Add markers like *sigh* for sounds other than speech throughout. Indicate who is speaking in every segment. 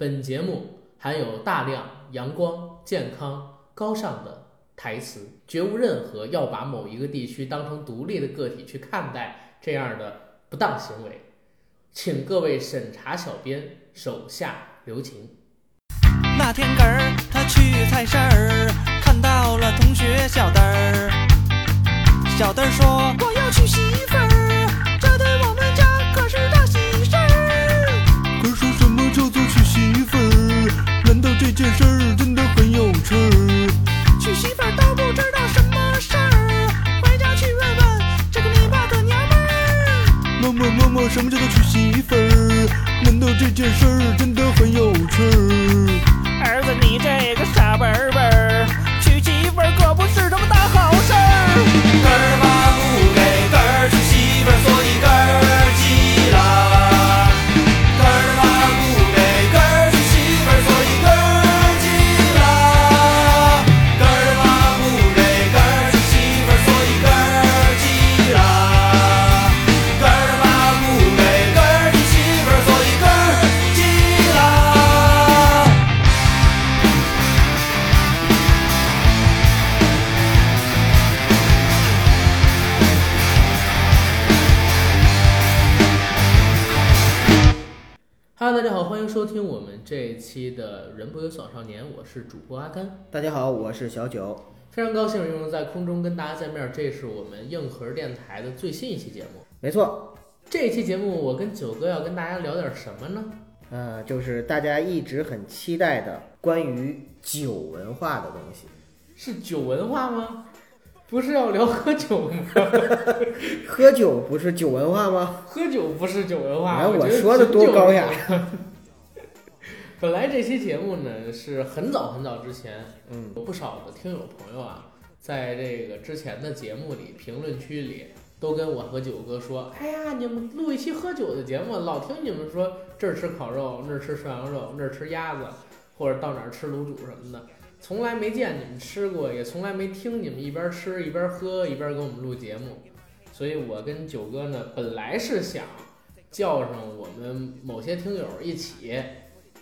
Speaker 1: 本节目含有大量阳光、健康、高尚的台词，绝无任何要把某一个地区当成独立的个体去看待这样的不当行为，请各位审查小编手下留情。
Speaker 2: 那天个儿，他去菜市儿，看到了同学小灯儿。小灯儿说：“我要娶媳妇儿，这对我们家可是大喜事儿。”可说什么叫做娶媳妇儿？难道这件事儿真的很有趣儿？娶媳妇儿都不知道什么事儿，回家去问问这个你爸的娘们儿。妈妈妈妈，什么叫做娶媳妇儿？难道这件事儿真的很有趣儿？
Speaker 3: 儿子，你这个傻笨儿笨儿，娶媳妇儿可不是什么大好事儿。
Speaker 2: 根儿妈不给根儿娶媳妇儿，所以根儿急了。根儿妈不给根儿娶媳妇儿，所以根儿急了。根儿妈不给根儿娶媳妇儿，所以根儿急了。根儿妈不给根儿娶媳妇儿，所以根儿急了。
Speaker 1: Hello，大家好，欢迎收听我们这一期的《人不有爽少年》，我是主播阿甘。
Speaker 4: 大家好，我是小九。
Speaker 1: 非常高兴又能在空中跟大家见面，这是我们硬核电台的最新一期节目。
Speaker 4: 没错，
Speaker 1: 这一期节目，我跟九哥要跟大家聊点什么呢？
Speaker 4: 呃，就是大家一直很期待的关于酒文化的东西。
Speaker 1: 是酒文化吗？不是要聊喝酒吗？ *laughs*
Speaker 4: 喝酒不是酒文化吗？
Speaker 1: 喝酒不是酒文化。
Speaker 4: 哎，
Speaker 1: 我
Speaker 4: 我
Speaker 1: 觉得
Speaker 4: 说的
Speaker 1: 酒
Speaker 4: 多高雅。
Speaker 1: *laughs* 本来这期节目呢是很早很早之前，
Speaker 4: 嗯，
Speaker 1: 有不少的听友朋友啊，在这个之前的节目里、评论区里都跟我和九哥说：“哎呀，你们录一期喝酒的节目，老听你们说这儿吃烤肉，那儿吃涮羊肉，那儿吃鸭子，或者到哪儿吃卤煮什么的，从来没见你们吃过，也从来没听你们一边吃一边喝一边给我们录节目。”所以，我跟九哥呢，本来是想叫上我们某些听友一起，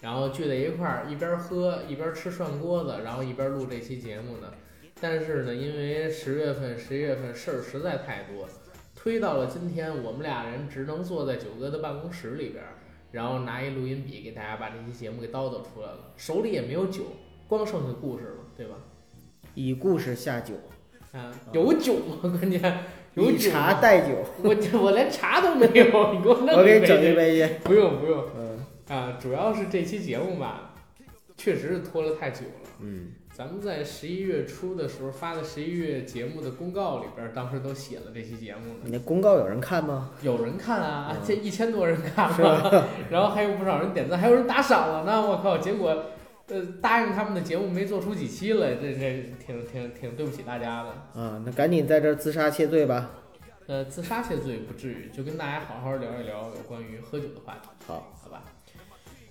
Speaker 1: 然后聚在一块儿，一边喝一边吃涮锅子，然后一边录这期节目呢。但是呢，因为十月份、十一月份事儿实在太多，推到了今天，我们俩人只能坐在九哥的办公室里边儿，然后拿一录音笔给大家把这期节目给叨叨出来了，手里也没有酒，光剩下故事了，对吧？
Speaker 4: 以故事下酒，
Speaker 1: 啊，有酒吗？关键有
Speaker 4: 以
Speaker 1: 酒吗
Speaker 4: 茶代酒。
Speaker 1: 我我连茶都没有，你给我弄
Speaker 4: 我给
Speaker 1: 一
Speaker 4: 你整
Speaker 1: 杯。
Speaker 4: 一杯去。
Speaker 1: 不用不用
Speaker 4: 嗯
Speaker 1: 啊，主要是这期节目吧，确实是拖了太久了。
Speaker 4: 嗯，
Speaker 1: 咱们在十一月初的时候发的十一月节目的公告里边，当时都写了这期节目呢，
Speaker 4: 你那公告有人看吗？
Speaker 1: 有人看啊，
Speaker 4: 嗯
Speaker 1: 这一千多人看
Speaker 4: 是
Speaker 1: 了， *laughs* 然后还有不少人点赞，还有人打赏了呢。我靠，结果呃答应他们的节目没做出几期了，这这挺挺挺对不起大家的。
Speaker 4: 啊，那赶紧在这儿自杀谢罪吧。
Speaker 1: 呃，自杀谢罪不至于，就跟大家好好聊一聊有关于喝酒的话题。
Speaker 4: 好，
Speaker 1: 好吧。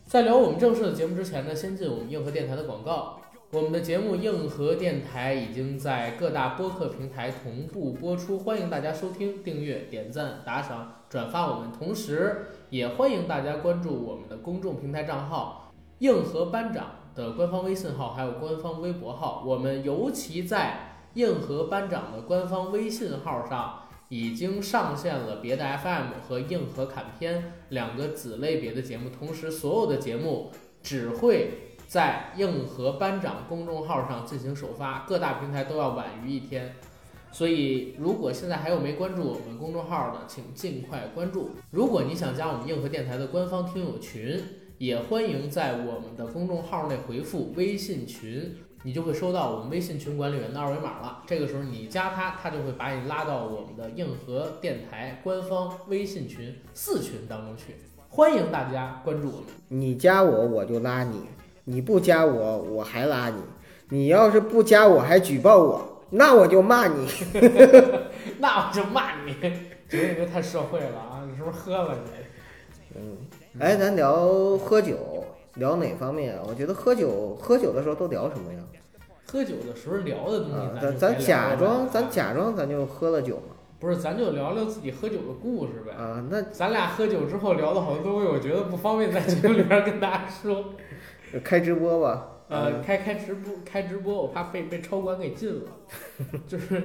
Speaker 1: 在聊我们正式的节目之前呢，先进我们硬核电台的广告。我们的节目《硬核电台》已经在各大播客平台同步播出，欢迎大家收听、订阅、点赞、打赏、转发我们，同时也欢迎大家关注我们的公众平台账号“硬核班长”的官方微信号，还有官方微博号。我们尤其在硬核班长的官方微信号上已经上线了别的 FM 和硬核砍片两个子类别的节目，同时所有的节目只会在硬核班长公众号上进行首发，各大平台都要晚于一天。所以，如果现在还有没关注我们公众号的，请尽快关注。如果你想加我们硬核电台的官方听友群，也欢迎在我们的公众号内回复微信群，你就会收到我们微信群管理员的二维码了。这个时候你加他，他就会把你拉到我们的硬核电台官方微信群四群当中去。欢迎大家关注我们。
Speaker 4: 你加我我就拉你，你不加我我还拉你。你要是不加我还举报我，那我就骂你。
Speaker 1: 那我就骂你，觉得你这太社会了啊！你是不是喝了你？
Speaker 4: 嗯，哎，咱聊喝酒，聊哪方面啊？我觉得喝酒，喝酒的时候都聊什么呀？
Speaker 1: 喝酒的时候聊的东西
Speaker 4: 啊，
Speaker 1: 嗯咱
Speaker 4: 咱
Speaker 1: 就
Speaker 4: 咱
Speaker 1: 别聊
Speaker 4: 假
Speaker 1: 了
Speaker 4: 装，咱假装咱就喝了酒嘛。
Speaker 1: 不是，咱就聊聊自己喝酒的故事呗。
Speaker 4: 啊，那
Speaker 1: 咱俩喝酒之后聊了好多东西，我觉得不方便在节目里边跟大家说。
Speaker 4: 开直播吧。
Speaker 1: 呃，开开直播，开直播，我怕被被超管给禁了。就是，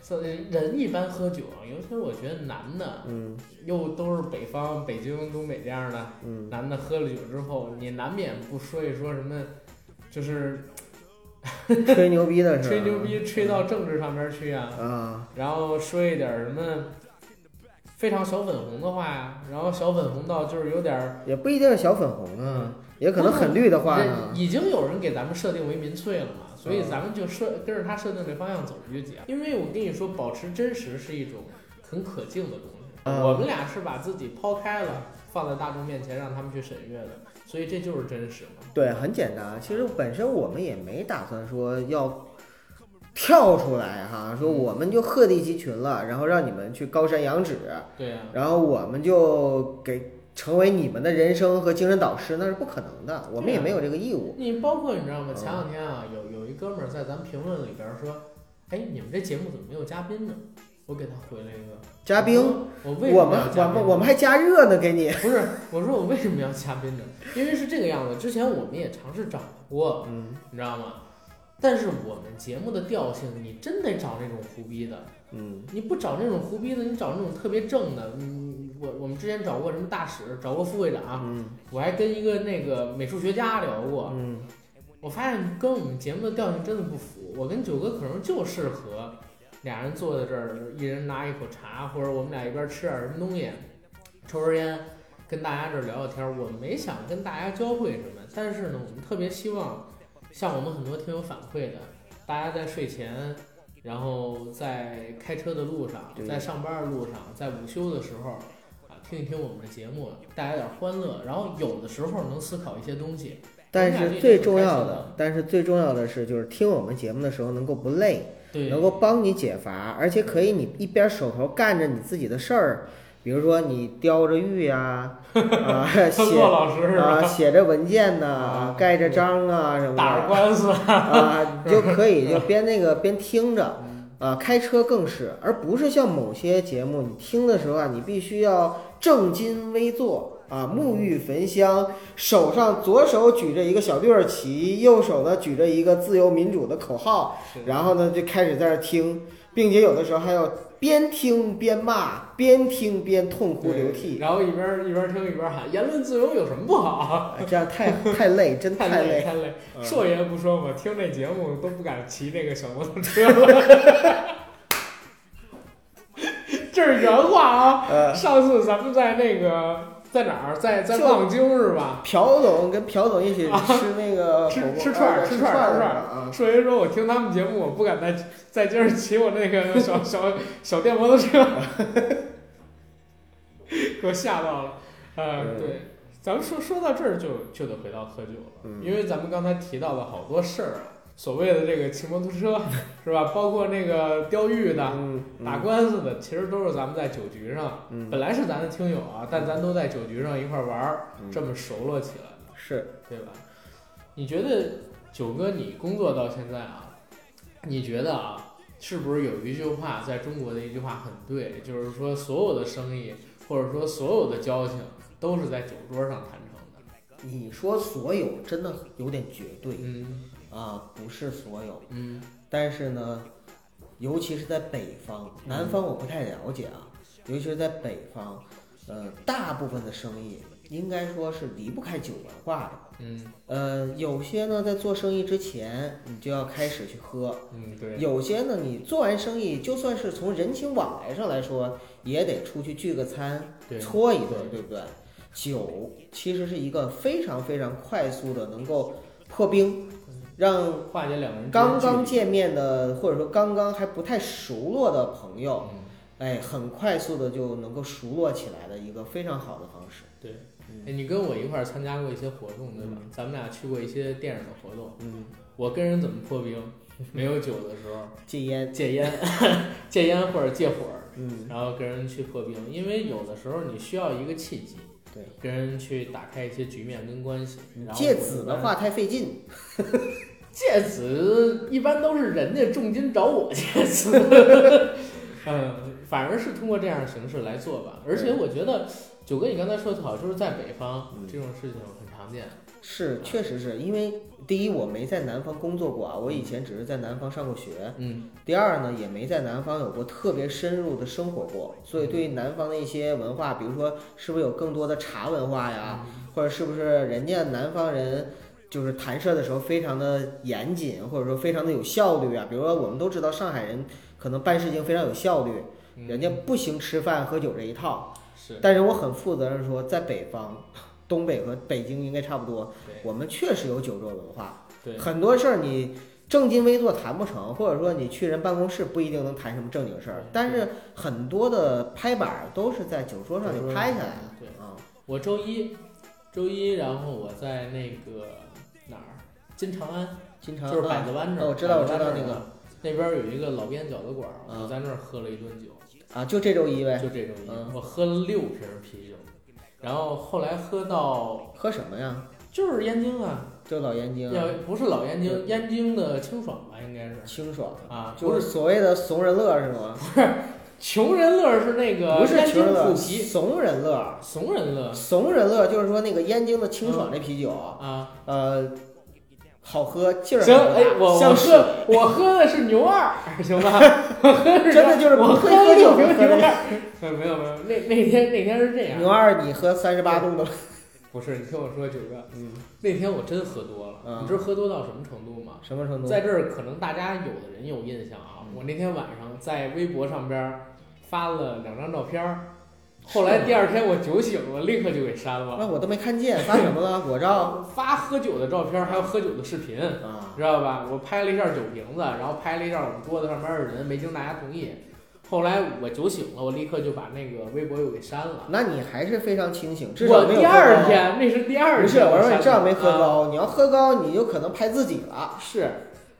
Speaker 1: 所以人一般喝酒啊，尤其是我觉得男的，
Speaker 4: 嗯
Speaker 1: 又都是北方、北京、东北这样的
Speaker 4: 嗯，
Speaker 1: 男的，喝了酒之后，你难免不说一说什么，就是
Speaker 4: 吹牛逼的是吧？
Speaker 1: 吹牛逼吹到政治上边去啊。
Speaker 4: 啊，
Speaker 1: 然后说一点什么非常小粉红的话呀，然后小粉红到就是有点儿，
Speaker 4: 也不一定是小粉红啊，也可能很绿的话呢。
Speaker 1: 已经有人给咱们设定为民粹了嘛，所以咱们就设跟着他设定这方向走就行。因为我跟你说，保持真实是一种很可敬的东西。
Speaker 4: 嗯
Speaker 1: 我们俩是把自己抛开了，放在大众面前让他们去审阅的，所以这就是真实嘛。
Speaker 4: 对，很简单。其实本身我们也没打算说要跳出来哈，说我们就鹤立鸡群了，然后让你们去高山仰止，
Speaker 1: 对呀、
Speaker 4: 然后我们就给成为你们的人生和精神导师，那是不可能的，我们也没有这个义务。
Speaker 1: 你包括你知道吗？
Speaker 4: 嗯
Speaker 1: 前两天啊，有有一哥们儿在咱评论里边儿说，哎，你们这节目怎么没有嘉宾呢？我给他回了一个
Speaker 4: 嘉宾，，
Speaker 1: 我为什
Speaker 4: 我
Speaker 1: 么
Speaker 4: 们
Speaker 1: 要
Speaker 4: 我
Speaker 1: 嘉宾
Speaker 4: 们我们还加热呢，给你。
Speaker 1: 不是我说我为什么要嘉宾呢？ *laughs* 因为是这个样子，之前我们也尝试找过，
Speaker 4: 嗯
Speaker 1: 你知道吗？但是我们节目的调性，你真得找那种胡逼的，
Speaker 4: 嗯
Speaker 1: 你不找那种胡逼的，你找那种特别正的。嗯，我我们之前找过什么大使，找过副会长，
Speaker 4: 嗯
Speaker 1: 我还跟一个那个美术学家聊过，
Speaker 4: 嗯
Speaker 1: 我发现跟我们节目的调性真的不符。我跟九哥可能就适合俩人坐在这儿，一人拿一口茶，或者我们俩一边吃点什么东西，抽根烟，跟大家这儿聊聊天儿。我没想跟大家教会什么，但是呢，我们特别希望，像我们很多听友反馈的，大家在睡前，然后在开车的路上，
Speaker 4: 对
Speaker 1: 在上班的路上，在午休的时候，啊，听一听我们的节目，带来点欢乐，然后有的时候能思考一些东西。
Speaker 4: 但是最重要的，但是最重要的是，就是听我们节目的时候能够不累，
Speaker 1: 对，
Speaker 4: 能够帮你解乏，而且可以你一边手头干着你自己的事儿，比如说你雕着
Speaker 1: *laughs*
Speaker 4: 玉呀、啊，
Speaker 1: *laughs* 他做
Speaker 4: 写
Speaker 1: 老师是
Speaker 4: 啊
Speaker 1: 吧？
Speaker 4: 写着文件呐、
Speaker 1: 啊
Speaker 4: 盖着章啊什么
Speaker 1: 打着
Speaker 4: 的
Speaker 1: 官司，
Speaker 4: 啊，就
Speaker 1: *laughs*
Speaker 4: 可以就边那个边听着。
Speaker 1: 嗯
Speaker 4: 啊，开车更是，而不是像某些节目，你听的时候啊，你必须要正襟危坐啊，沐浴焚香，手上左手举着一个小绿儿旗，右手呢举着一个自由民主的口号，然后呢就开始在那儿听，并且有的时候还要边听边骂，边听边痛哭流涕，
Speaker 1: 然后一边一边听一边喊言论自由有什么不
Speaker 4: *laughs*
Speaker 1: 好？
Speaker 4: 啊这样太太累，真
Speaker 1: 太累
Speaker 4: 累。
Speaker 1: 太累，
Speaker 4: 嗯
Speaker 1: 硕爷不说我听这节目都不敢骑那个小摩托
Speaker 4: *laughs*
Speaker 1: 车了。这是原话啊！
Speaker 4: 呃，
Speaker 1: 上次咱们在那个在哪儿，在在
Speaker 4: 就
Speaker 1: 望京是吧？
Speaker 4: 啊朴总跟朴总一起吃那个
Speaker 1: 吃
Speaker 4: 火锅
Speaker 1: 啊吃串儿
Speaker 4: 呃
Speaker 1: 吃串儿吃
Speaker 4: 吃儿的
Speaker 1: 串儿
Speaker 4: 啊，
Speaker 1: 硕爷说：“我听他们节目，我不敢再再接着骑我那个小小小电摩托车， *laughs* 给我吓到了。”呃，
Speaker 4: 嗯
Speaker 1: 对，咱们说说到这儿就就得回到喝酒了，
Speaker 4: 嗯
Speaker 1: 因为咱们刚才提到了好多事儿啊，所谓的这个骑摩托
Speaker 4: *laughs*
Speaker 1: 车是吧？包括那个钓鱼的、
Speaker 4: 嗯，
Speaker 1: 打
Speaker 4: 嗯
Speaker 1: 官司的，其实都是咱们在酒局上，
Speaker 4: 嗯
Speaker 1: 本来是咱的听友啊，但咱都在酒局上一块儿玩儿，
Speaker 4: 嗯
Speaker 1: 这么熟络起来。
Speaker 4: 是
Speaker 1: 对吧？你觉得九哥，你工作到现在啊，你觉得啊，是不是有一句话，在中国的一句话很对，就是说所有的生意或者说所有的交情都是在酒桌上谈成的？
Speaker 4: 你说所有真的有点绝对
Speaker 1: 嗯
Speaker 4: 啊，不是所有，
Speaker 1: 嗯
Speaker 4: 但是呢，尤其是在北方，南方我不太了解啊，尤其是在北方，呃，大部分的生意应该说是离不开酒文化的。
Speaker 1: 嗯
Speaker 4: 呃，有些呢，在做生意之前，你就要开始去喝；
Speaker 1: 嗯，对，
Speaker 4: 有些呢，你做完生意，就算是从人情往来上来说，也得出去聚个餐，
Speaker 1: 对
Speaker 4: 搓一顿，
Speaker 1: 对
Speaker 4: 对不对？酒其实是一个非常非常快速的，能够破冰，让
Speaker 1: 化解两个人之间
Speaker 4: 刚
Speaker 1: 距
Speaker 4: 刚
Speaker 1: 离
Speaker 4: 见面的，或者说刚刚还不太熟络的朋友，
Speaker 1: 嗯
Speaker 4: 哎，很快速的就能够熟络起来的一个非常好的方式。
Speaker 1: 对，
Speaker 4: 嗯
Speaker 1: 哎，你跟我一块儿参加过一些活动，对吧？
Speaker 4: 嗯
Speaker 1: 咱们俩去过一些电影的活动。
Speaker 4: 嗯，
Speaker 1: 我跟人怎么破冰？没有酒的时候，
Speaker 4: 戒烟，
Speaker 1: 戒烟，戒烟或者戒火，
Speaker 4: 嗯，
Speaker 1: 然后跟人去破冰，因为有的时候你需要一个契机，
Speaker 4: 对，
Speaker 1: 跟人去打开一些局面跟关系。然后
Speaker 4: 戒子的话太费劲，
Speaker 1: 戒
Speaker 4: *laughs*
Speaker 1: 子一般都是人家重金找我戒子，嗯，反而是通过这样的形式来做吧。而且我觉得九哥你刚才说的好，就是在北方
Speaker 4: 嗯
Speaker 1: 这种事情很常见。
Speaker 4: 是，确实是因为第一我没在南方工作过啊，我以前只是在南方上过学。
Speaker 1: 嗯
Speaker 4: 第二呢，也没在南方有过特别深入的生活过，所以对于南方的一些文化，比如说是不是有更多的茶文化呀，
Speaker 1: 嗯
Speaker 4: 或者是不是人家南方人就是弹射的时候非常的严谨，或者说非常的有效率啊？比如说我们都知道上海人可能办事情非常有效率，
Speaker 1: 嗯
Speaker 4: 人家不行吃饭喝酒这一套，
Speaker 1: 是
Speaker 4: 但是我很负责任地说，在北方。东北和北京应该差不多，
Speaker 1: 对
Speaker 4: 我们确实有酒桌文化，
Speaker 1: 对
Speaker 4: 很多事儿你正襟危坐谈不成，或者说你去人办公室不一定能谈什么正经事儿
Speaker 1: 对。
Speaker 4: 但是很多的拍板儿都是在酒桌上就拍下来的。
Speaker 1: 对
Speaker 4: 啊，
Speaker 1: 我周一周一，然后我在那个哪儿金长安，
Speaker 4: 经常
Speaker 1: 就是百
Speaker 4: 啊
Speaker 1: 子湾这儿，
Speaker 4: 哦我知道
Speaker 1: 百子湾
Speaker 4: 我知道
Speaker 1: 这
Speaker 4: 那
Speaker 1: 儿啊
Speaker 4: 个
Speaker 1: 那边有一个老边饺子馆儿，
Speaker 4: 嗯
Speaker 1: 我在那儿喝了一顿酒。
Speaker 4: 啊，就这周一呗。
Speaker 1: 就这周一，
Speaker 4: 嗯
Speaker 1: 我喝了六瓶啤酒，然后后来喝到
Speaker 4: 喝什么呀？
Speaker 1: 就是燕京啊，
Speaker 4: 就老燕京
Speaker 1: 要
Speaker 4: 啊，
Speaker 1: 不是老燕京，
Speaker 4: 对
Speaker 1: 燕京的清爽吧，应该是
Speaker 4: 清爽，
Speaker 1: 啊，不
Speaker 4: 就是
Speaker 1: 是
Speaker 4: 所谓的怂人乐是吗？
Speaker 1: 穷人乐是那个
Speaker 4: 不是
Speaker 1: 呃燕
Speaker 4: 穷
Speaker 1: 京呃
Speaker 4: 人乐，
Speaker 1: 虎皮，
Speaker 4: 怂人乐。
Speaker 1: 怂人乐
Speaker 4: 怂人乐就是说那个燕京的清
Speaker 1: 嗯
Speaker 4: 爽这啤酒啊，
Speaker 1: 啊。
Speaker 4: 呃，好喝劲儿很
Speaker 1: 行，
Speaker 4: 大，
Speaker 1: 哎，我我
Speaker 4: 像水
Speaker 1: 喝我喝的是牛二，行
Speaker 4: *laughs*
Speaker 1: 吧？我喝的
Speaker 4: 真的就是
Speaker 1: 我
Speaker 4: 不
Speaker 1: 喝
Speaker 4: 会
Speaker 1: 了
Speaker 4: 喝
Speaker 1: 六
Speaker 4: 酒
Speaker 1: 瓶
Speaker 4: 喝的
Speaker 1: 牛二，没有 *laughs* 没有没有，那那天那天是这样
Speaker 4: 牛，二，你喝三十八度了？
Speaker 1: 不是你听我说九哥，
Speaker 4: 嗯，
Speaker 1: 那天我真喝多了，
Speaker 4: 嗯
Speaker 1: 你知道喝多到什么程度吗？
Speaker 4: 什么程度？
Speaker 1: 在这儿，可能大家有的人有印象
Speaker 4: 嗯
Speaker 1: 啊，我那天晚上在微博上边儿发了两张照片儿，后来第二天我酒醒了，立刻就给删
Speaker 4: 那
Speaker 1: 了。
Speaker 4: 我都没看见，发什么了？裸照
Speaker 1: 发喝酒的照片儿，还有喝酒的视频，
Speaker 4: 啊？
Speaker 1: 知道吧？我拍了一下酒瓶子，然后拍了一下我们桌子上边儿的人，没经大家同意。后来我酒醒了，我立刻就把那个微博又给删了。
Speaker 4: 那你还是非常清醒，至少
Speaker 1: 我
Speaker 4: 没有
Speaker 1: 第
Speaker 4: 喝
Speaker 1: 二
Speaker 4: 高。
Speaker 1: 天，那是第二天。
Speaker 4: 不是，我说
Speaker 1: 删
Speaker 4: 你
Speaker 1: 的
Speaker 4: 至少没喝
Speaker 1: 啊
Speaker 4: 高，你要喝高，你就可能拍自己了。
Speaker 1: 是，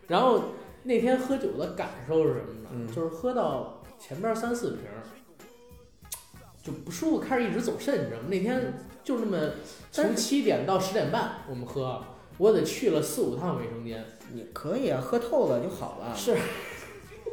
Speaker 1: 然后那天喝酒的感受是什么呢？
Speaker 4: 嗯
Speaker 1: 就是喝到前边三四瓶儿就不舒服，开始一直走肾，你知道吗？那天就那么
Speaker 4: 嗯但
Speaker 1: 从七点到十点半我们喝，我得去了四五趟卫生间。
Speaker 4: 你可以啊，喝透了就好了。
Speaker 1: 是， *laughs*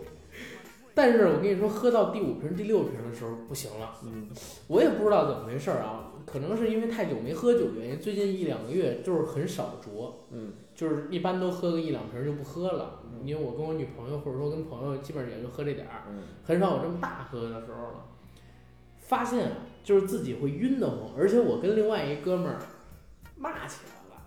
Speaker 1: 但是我跟你说，喝到第五瓶、第六瓶的时候不行了，
Speaker 4: 嗯，
Speaker 1: 我也不知道怎么回事儿啊，可能是因为太久没喝酒的原因，最近一两个月就是很少酌。
Speaker 4: 嗯
Speaker 1: 就是一般都喝个一两瓶儿就不喝了，
Speaker 4: 嗯
Speaker 1: 因为我跟我女朋友或者说跟朋友基本上也就喝这点儿，
Speaker 4: 嗯
Speaker 1: 很少有这么大喝的时候了。发现啊，就是自己会晕得慌，而且我跟另外一哥们儿骂起来了，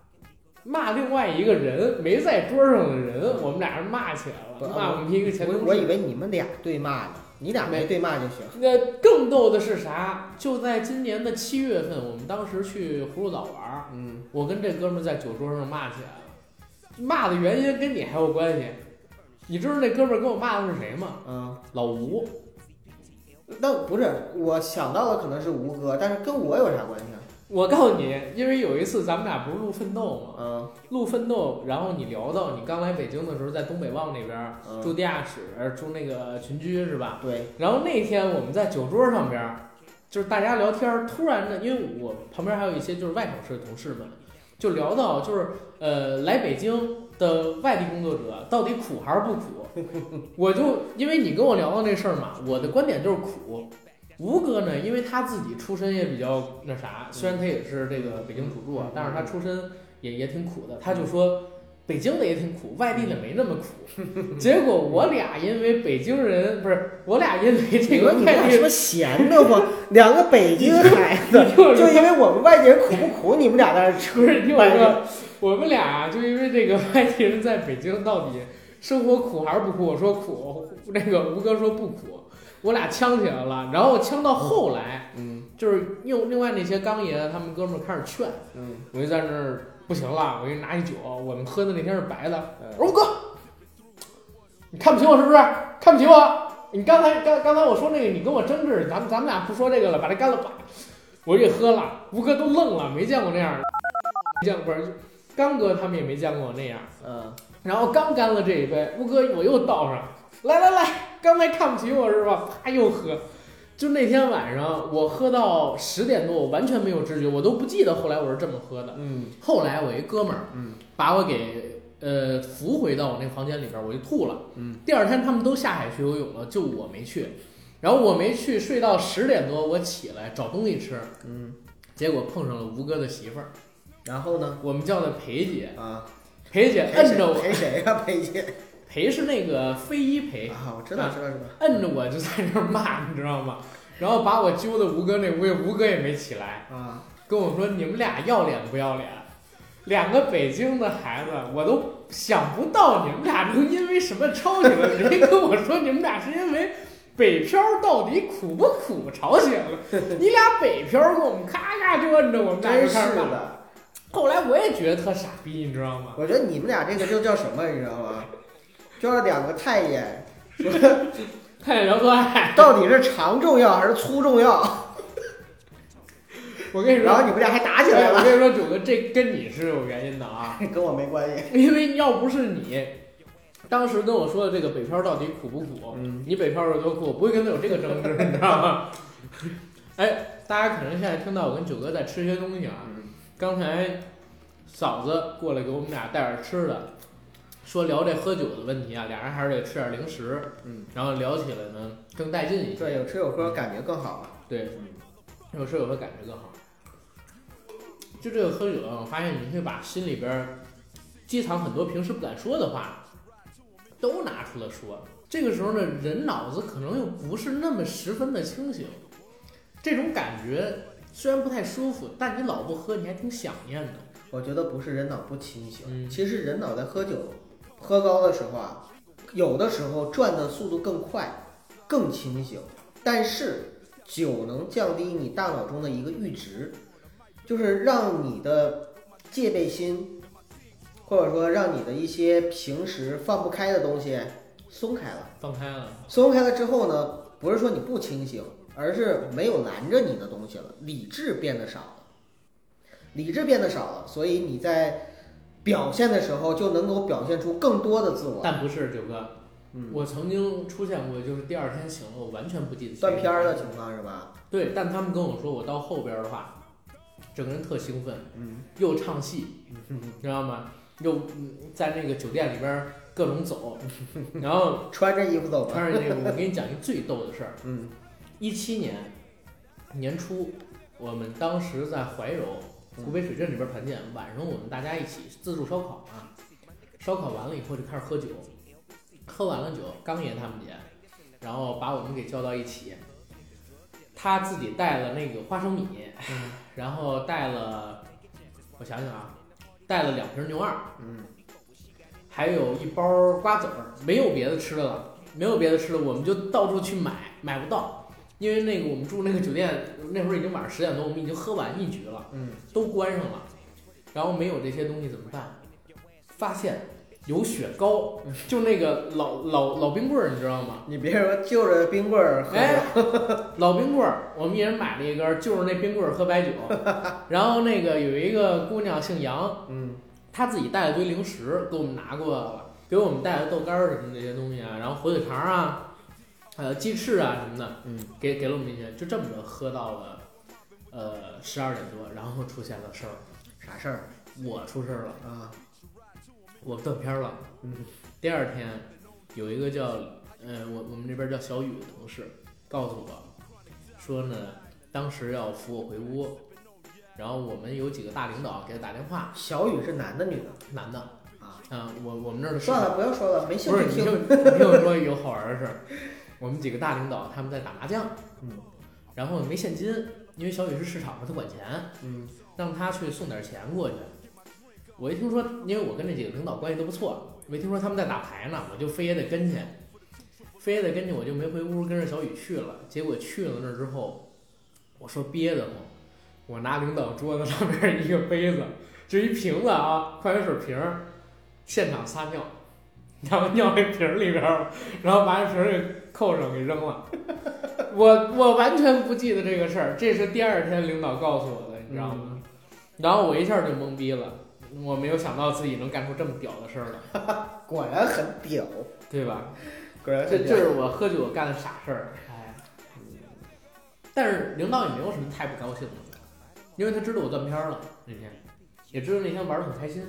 Speaker 1: 骂另外一个人没在桌上的人，我们俩人骂起来
Speaker 4: 不
Speaker 1: 了，骂我们一个前
Speaker 4: 我
Speaker 1: 同
Speaker 4: 我以
Speaker 1: 事。
Speaker 4: 为你们俩对骂呢，你俩没对骂就行。
Speaker 1: 那更逗的是啥？就在今年的七月份，我们当时去葫芦岛玩儿，
Speaker 4: 嗯，
Speaker 1: 我跟这哥们儿在酒桌上骂起来了，骂的原因跟你还有关系。你知道那哥们儿跟我骂的是谁吗？
Speaker 4: 啊，
Speaker 1: 老吴，
Speaker 4: 那不是我想到的可能是吴哥，但是跟我有啥关系啊？
Speaker 1: 我告诉你，因为有一次咱们俩不是录奋斗吗？
Speaker 4: 嗯
Speaker 1: 录奋斗，然后你聊到你刚来北京的时候，在东北旺那边儿住
Speaker 4: 嗯，
Speaker 1: 地下室，住那个群居是吧？
Speaker 4: 对，
Speaker 1: 然后那天我们在酒桌上边儿，就是大家聊天儿，突然的，因为我旁边还有一些就是外省市的同事们，就聊到就是呃来北京的外地工作者到底苦还是不苦？ *laughs* 我就因为你跟我聊到这事儿嘛，我的观点就是苦。吴哥呢，因为他自己出身也比较那啥，虽然他也是这个北京土著啊，但是他出身也也挺苦的，他就说。北京的也挺苦，外地的没那么
Speaker 4: *laughs*
Speaker 1: 苦。结果我俩因为北京人不是，我俩因为这
Speaker 4: 你
Speaker 1: 个
Speaker 4: 说你们
Speaker 1: 外
Speaker 4: 俩
Speaker 1: 地
Speaker 4: 是不是闲得慌？两个北京孩子，
Speaker 1: 就
Speaker 4: 就因为我们外地人苦不苦，你们俩在那
Speaker 1: 不
Speaker 4: 吹
Speaker 1: 是，你听我说，我们俩就因为这个外地人在北京到底生活苦还是不苦？我说苦，那个吴哥说不苦，我俩呛起来了。然后呛到后来，
Speaker 4: 嗯
Speaker 1: 就是用另外那些刚爷他们哥们儿开始劝，
Speaker 4: 嗯
Speaker 1: 我就在那儿不行了，我就拿一酒，我们喝的那天是白的，
Speaker 4: 嗯
Speaker 1: 我说吴哥，你看不起我是不是？看不起我？你刚才刚刚才我说那个，你跟我争执，咱们咱们俩不说这个了，把这干了吧。我也喝了，吴哥都愣了，没见过那样的，没见过不是，刚哥他们也没见过我那样。
Speaker 4: 嗯，
Speaker 1: 然后刚干了这一杯，吴哥我又倒上，来来来，刚才看不起我是吧？啪又喝，就那天晚上我喝到十点多，我完全没有知觉，我都不记得后来我是这么喝的。
Speaker 4: 嗯
Speaker 1: 后来我一哥们儿，
Speaker 4: 嗯，
Speaker 1: 把我给呃扶回到我那房间里边儿，我就吐了，
Speaker 4: 嗯，
Speaker 1: 第二天他们都下海去游泳了，就我没去。然后我没去，睡到十点多我起来找东西吃，
Speaker 4: 嗯，
Speaker 1: 结果碰上了吴哥的媳妇儿，
Speaker 4: 然后呢？
Speaker 1: 我们叫她裴姐，
Speaker 4: 啊，
Speaker 1: 裴姐
Speaker 4: 陪
Speaker 1: 摁着
Speaker 4: 谁
Speaker 1: 我，
Speaker 4: 陪谁呀？裴姐
Speaker 1: 裴是那个非遗裴，
Speaker 4: 啊，我知道，知道，知道。
Speaker 1: 摁着我就在那儿骂，你知道吗？然后把我揪到吴哥那屋，吴哥也没起来，
Speaker 4: 啊，
Speaker 1: 跟我说你们俩要脸不要脸？两个北京的孩子，我都想不到你们俩能因为什么吵起来。人家跟我说你们俩是因为北漂到底苦不苦吵起来
Speaker 4: *laughs*
Speaker 1: 了。你俩北漂跟我们咔咔就摁着我们俩
Speaker 4: 真
Speaker 1: 就是开始骂。
Speaker 4: 的，
Speaker 1: 后来我也觉得特傻逼，你知道吗？
Speaker 4: 我觉得你们俩这个就叫什么，你知道吗？就是两个太监，
Speaker 1: 太聊说，哎，
Speaker 4: 到底是长重要还是粗重
Speaker 1: *laughs*
Speaker 4: 要？
Speaker 1: 我跟你说，
Speaker 4: 然后你们俩还打起来
Speaker 1: 哎我
Speaker 4: 了，
Speaker 1: 跟你说，九哥，这跟你是有原因的啊。
Speaker 4: 跟我没关系。
Speaker 1: 因为要不是你当时跟我说的这个北漂到底苦不苦，
Speaker 4: 嗯
Speaker 1: 你北漂有多苦，我不会跟他有这个争执，你知道吗？ *laughs* 哎，大家可能现在听到我跟九哥在吃些东西啊，
Speaker 4: 嗯
Speaker 1: 刚才嫂子过来给我们俩带点吃的，说聊这喝酒的问题啊，俩人还是得吃点零食，
Speaker 4: 嗯，
Speaker 1: 然后聊起来呢更带劲一些，
Speaker 4: 对，有吃有喝，感觉更好了。
Speaker 1: 对，有时候有时候感觉更好。就这个喝酒啊，我发现你会把心里边儿积藏很多平时不敢说的话，都拿出来说。这个时候呢，人脑子可能又不是那么十分的清醒，这种感觉虽然不太舒服，但你老不喝，你还挺想念的。
Speaker 4: 我觉得不是人脑不清醒，
Speaker 1: 嗯
Speaker 4: 其实人脑在喝酒、喝高的时候啊，有的时候转的速度更快，更清醒。但是酒能降低你大脑中的一个阈值，就是让你的戒备心，或者说让你的一些平时放不开的东西松开了。
Speaker 1: 放开了，
Speaker 4: 松开了之后呢，不是说你不清醒，而是没有拦着你的东西了，理智变得少了，理智变得少了，所以你在表现的时候就能够表现出更多的自我。
Speaker 1: 但不是九哥，
Speaker 4: 嗯，
Speaker 1: 我曾经出现过，就是第二天醒了，我完全不记得
Speaker 4: 断片儿的情况是吧？
Speaker 1: 对，但他们跟我说，我到后边儿的话，整个人特兴奋，
Speaker 4: 嗯，
Speaker 1: 又唱戏，你知道吗？又嗯在那个酒店里边儿各种走，然后
Speaker 4: 穿着衣服走吧。
Speaker 1: 穿上那个，我给你讲一个最逗的事儿。
Speaker 4: 嗯
Speaker 1: 一七年年初，我们当时在怀柔湖北水镇里边团建，晚上我们大家一起自助烧烤嘛，烧烤完了以后就开始喝酒，喝完了酒，刚爷他们姐，然后把我们给叫到一起，他自己带了那个花生米，然后带了，我想想啊，带了两瓶牛二，
Speaker 4: 嗯，
Speaker 1: 还有一包瓜子儿，没有别的吃的了，没有别的吃的，我们就到处去买，买不到，因为那个我们住那个酒店，那会儿已经晚上十点多，我们已经喝完一局了，
Speaker 4: 嗯，
Speaker 1: 都关上了，然后没有这些东西怎么办？发现有雪糕，就那个老老老冰棍儿，你知道吗？
Speaker 4: 你别说就着冰棍儿喝酒，
Speaker 1: 哎，老冰棍儿，我们一人买了一根儿，就是那冰棍儿喝白酒。然后那个有一个姑娘姓杨，
Speaker 4: 嗯，
Speaker 1: 她自己带了堆零食给我们拿过来了，给我们带了豆干儿什么这些东西啊，然后火腿肠啊，还有鸡翅啊什么的，
Speaker 4: 嗯，
Speaker 1: 给给了我们一些，就这么着喝到了，呃，十二点多，然后出现了事儿，
Speaker 4: 啥事儿
Speaker 1: 我出事儿了，
Speaker 4: 啊？
Speaker 1: 我断片儿了。
Speaker 4: 嗯，
Speaker 1: 第二天有一个叫呃，我我们这边叫小雨的同事告诉我，说呢，当时要扶我回屋，然后我们有几个大领导给他打电话，
Speaker 4: 小雨是男的女的？
Speaker 1: 男的
Speaker 4: 啊
Speaker 1: 我我们那儿的事
Speaker 4: 算了，不要说了，没兴
Speaker 1: 不是
Speaker 4: 趣
Speaker 1: 你
Speaker 4: 听
Speaker 1: 听。你听我说一个好玩的事儿，我们几个大领导他们在打麻将，
Speaker 4: 嗯
Speaker 1: 然后没现金，因为小雨是市场嘛，他管钱，
Speaker 4: 嗯
Speaker 1: 让他去送点钱过去。我一听说，因为我跟这几个领导关系都不错，我一听说他们在打牌呢，我就非也得跟去，非也得跟去，我就没回屋，跟着小雨去了。结果去了那儿之后，我说憋得慌，我拿领导桌子上面一个杯子，就一瓶子啊，矿泉水瓶儿，现场撒尿，然后尿那瓶儿里边儿了，然后把那瓶儿给扣上给扔了。我我完全不记得这个事儿，这是第二天领导告诉我的，你知道吗？然后我一下就懵逼了，我没有想到自己能干出这么屌的事儿来，
Speaker 4: 果然很屌，
Speaker 1: 对吧？
Speaker 4: 果然
Speaker 1: 这
Speaker 4: 很
Speaker 1: 这
Speaker 4: 屌。
Speaker 1: 是我喝酒干的傻事儿，哎。但是领导也没有什么太不高兴的，因为他知道我断片儿了那天，也知道那天玩的很开心。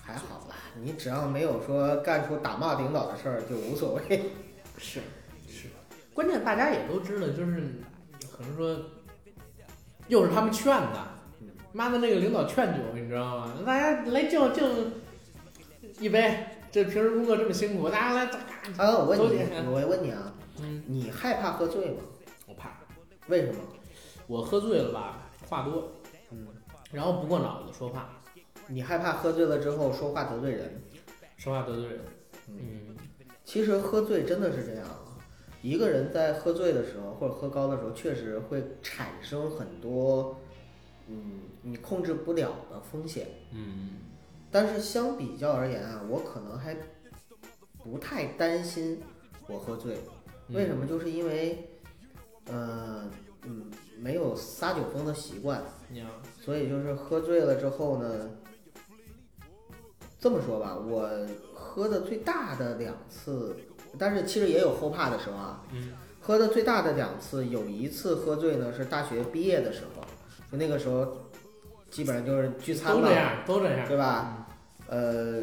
Speaker 4: 还好吧，你只要没有说干出打骂领导的事儿就无所谓。
Speaker 1: 是是，关键大家也都知道，就是可能说又是他们劝的，妈的那个领导劝酒，你知道吗？大家来敬敬一杯，这平时工作这么辛苦，大家来，
Speaker 4: 啊，我问
Speaker 1: 都
Speaker 4: 你
Speaker 1: 点，上
Speaker 4: 我问你啊，
Speaker 1: 嗯，
Speaker 4: 你害怕喝醉吗？
Speaker 1: 我怕
Speaker 4: 为什么？
Speaker 1: 我喝醉了吧，话多，
Speaker 4: 嗯，
Speaker 1: 然后不过脑子说话，
Speaker 4: 你害怕喝醉了之后说话得罪人？
Speaker 1: 说话得罪人，嗯，
Speaker 4: 其实喝醉真的是这样啊，一个人在喝醉的时候或者喝高的时候，确实会产生很多，嗯，你控制不了的风险。
Speaker 1: 嗯，
Speaker 4: 但是相比较而言啊，我可能还不太担心我喝醉，
Speaker 1: 嗯
Speaker 4: 为什么？就是因为，呃，嗯，没有撒酒疯的习惯，
Speaker 1: 你要
Speaker 4: 所以就是喝醉了之后呢，这么说吧，我喝的最大的两次，但是其实也有后怕的时候啊。
Speaker 1: 嗯
Speaker 4: 喝的最大的两次，有一次喝醉呢是大学毕业的时候，就那个时候基本上就是聚餐
Speaker 1: 都
Speaker 4: 嘛
Speaker 1: 这，样，都这样，
Speaker 4: 对吧？呃，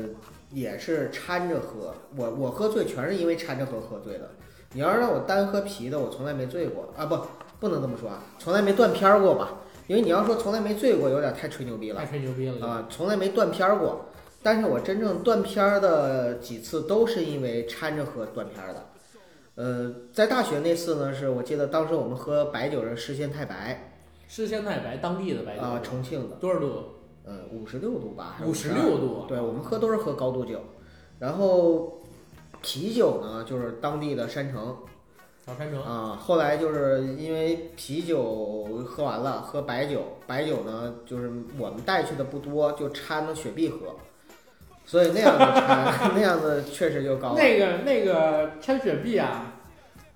Speaker 4: 也是掺着喝，我我喝醉全是因为掺着喝喝醉的。你要是让我单喝啤的，我从来没醉过啊，不，不能这么说啊，从来没断片儿过吧？因为你要说从来没醉过，有点太吹牛逼
Speaker 1: 嗯
Speaker 4: 了
Speaker 1: 太吹牛逼了，
Speaker 4: 啊，从来没断片儿过。但是我真正断片儿的几次都是因为掺着喝断片儿的。呃，在大学那次呢，是我记得当时我们喝白酒是诗仙太白
Speaker 1: 是现在白当地的白酒
Speaker 4: 啊、重庆的，
Speaker 1: 多少度？
Speaker 4: 呃，五十六度吧，还是
Speaker 1: 五十六度，啊
Speaker 4: 对，我们喝都是喝高度酒，然后啤酒呢就是当地的山城
Speaker 1: 老山城，
Speaker 4: 啊。后来就是因为啤酒喝完了，喝白酒，白酒呢就是我们带去的不多，就掺了雪碧喝，所以那样子掺 *laughs* 那样子确实就高了。
Speaker 1: 那个那个掺雪碧啊，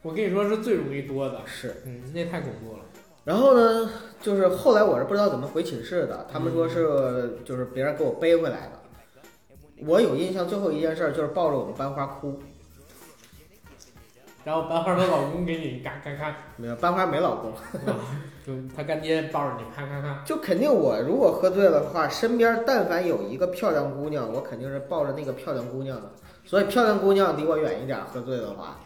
Speaker 1: 我跟你说是最容易多的，
Speaker 4: 是，
Speaker 1: 嗯，那太恐怖了，
Speaker 4: 然后呢，就是后来我是不知道怎么回寝室的，他们说是就是别人给我背回来的。我有印象，最后一件事儿就是抱着我们班花哭，
Speaker 1: 然后班花的老公给你嘎嘎嘎，
Speaker 4: 没有班花没老公。
Speaker 1: 就他干爹抱着你咔咔咔，
Speaker 4: 就肯定我如果喝醉了的话，身边但凡有一个漂亮姑娘，我肯定是抱着那个漂亮姑娘的。所以漂亮姑娘离我远一点，喝醉的话。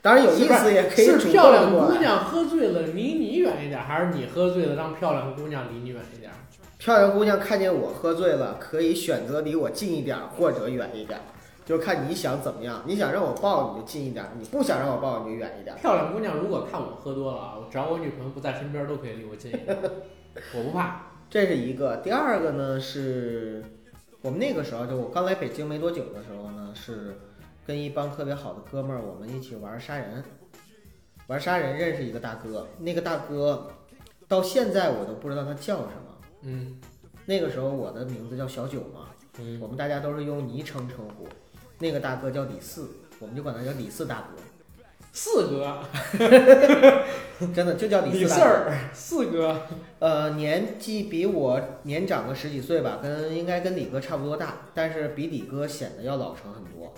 Speaker 4: 当然有意思也可以
Speaker 1: 是
Speaker 4: 主
Speaker 1: 漂
Speaker 4: 动
Speaker 1: 亮
Speaker 4: 地过
Speaker 1: 姑
Speaker 4: 来。
Speaker 1: 娘喝醉了离你远一点，还是你喝醉了让漂亮姑娘离你远一点？
Speaker 4: 漂亮姑娘看见我喝醉了，可以选择离我近一点或者远一点，就看你想怎么样。你想让我抱你就近一点，你不想让我抱你就远一点。
Speaker 1: 漂亮姑娘如果看我喝多了啊，只要我女朋友不在身边，都可以离我近一点，我不怕。
Speaker 4: 这是一个。第二个呢是，我们那个时候就我刚来北京没多久的时候呢，是跟一帮特别好的哥们儿，我们一起玩杀人，玩杀人认识一个大哥，那个大哥到现在我都不知道他叫什么。
Speaker 1: *laughs* 嗯
Speaker 4: 那个时候我的名字叫小九嘛，
Speaker 1: 嗯
Speaker 4: 我们大家都是用昵称称呼，那个大哥叫李四，我们就管他叫李四大
Speaker 1: 四哥，
Speaker 4: 哥，真的就叫
Speaker 1: 李
Speaker 4: 四
Speaker 1: 四
Speaker 4: 大哥。
Speaker 1: 儿，四哥，
Speaker 4: 呃，年纪比我年长个十几岁吧，跟应该跟李哥差不多大，但是比李哥显得要老成很多。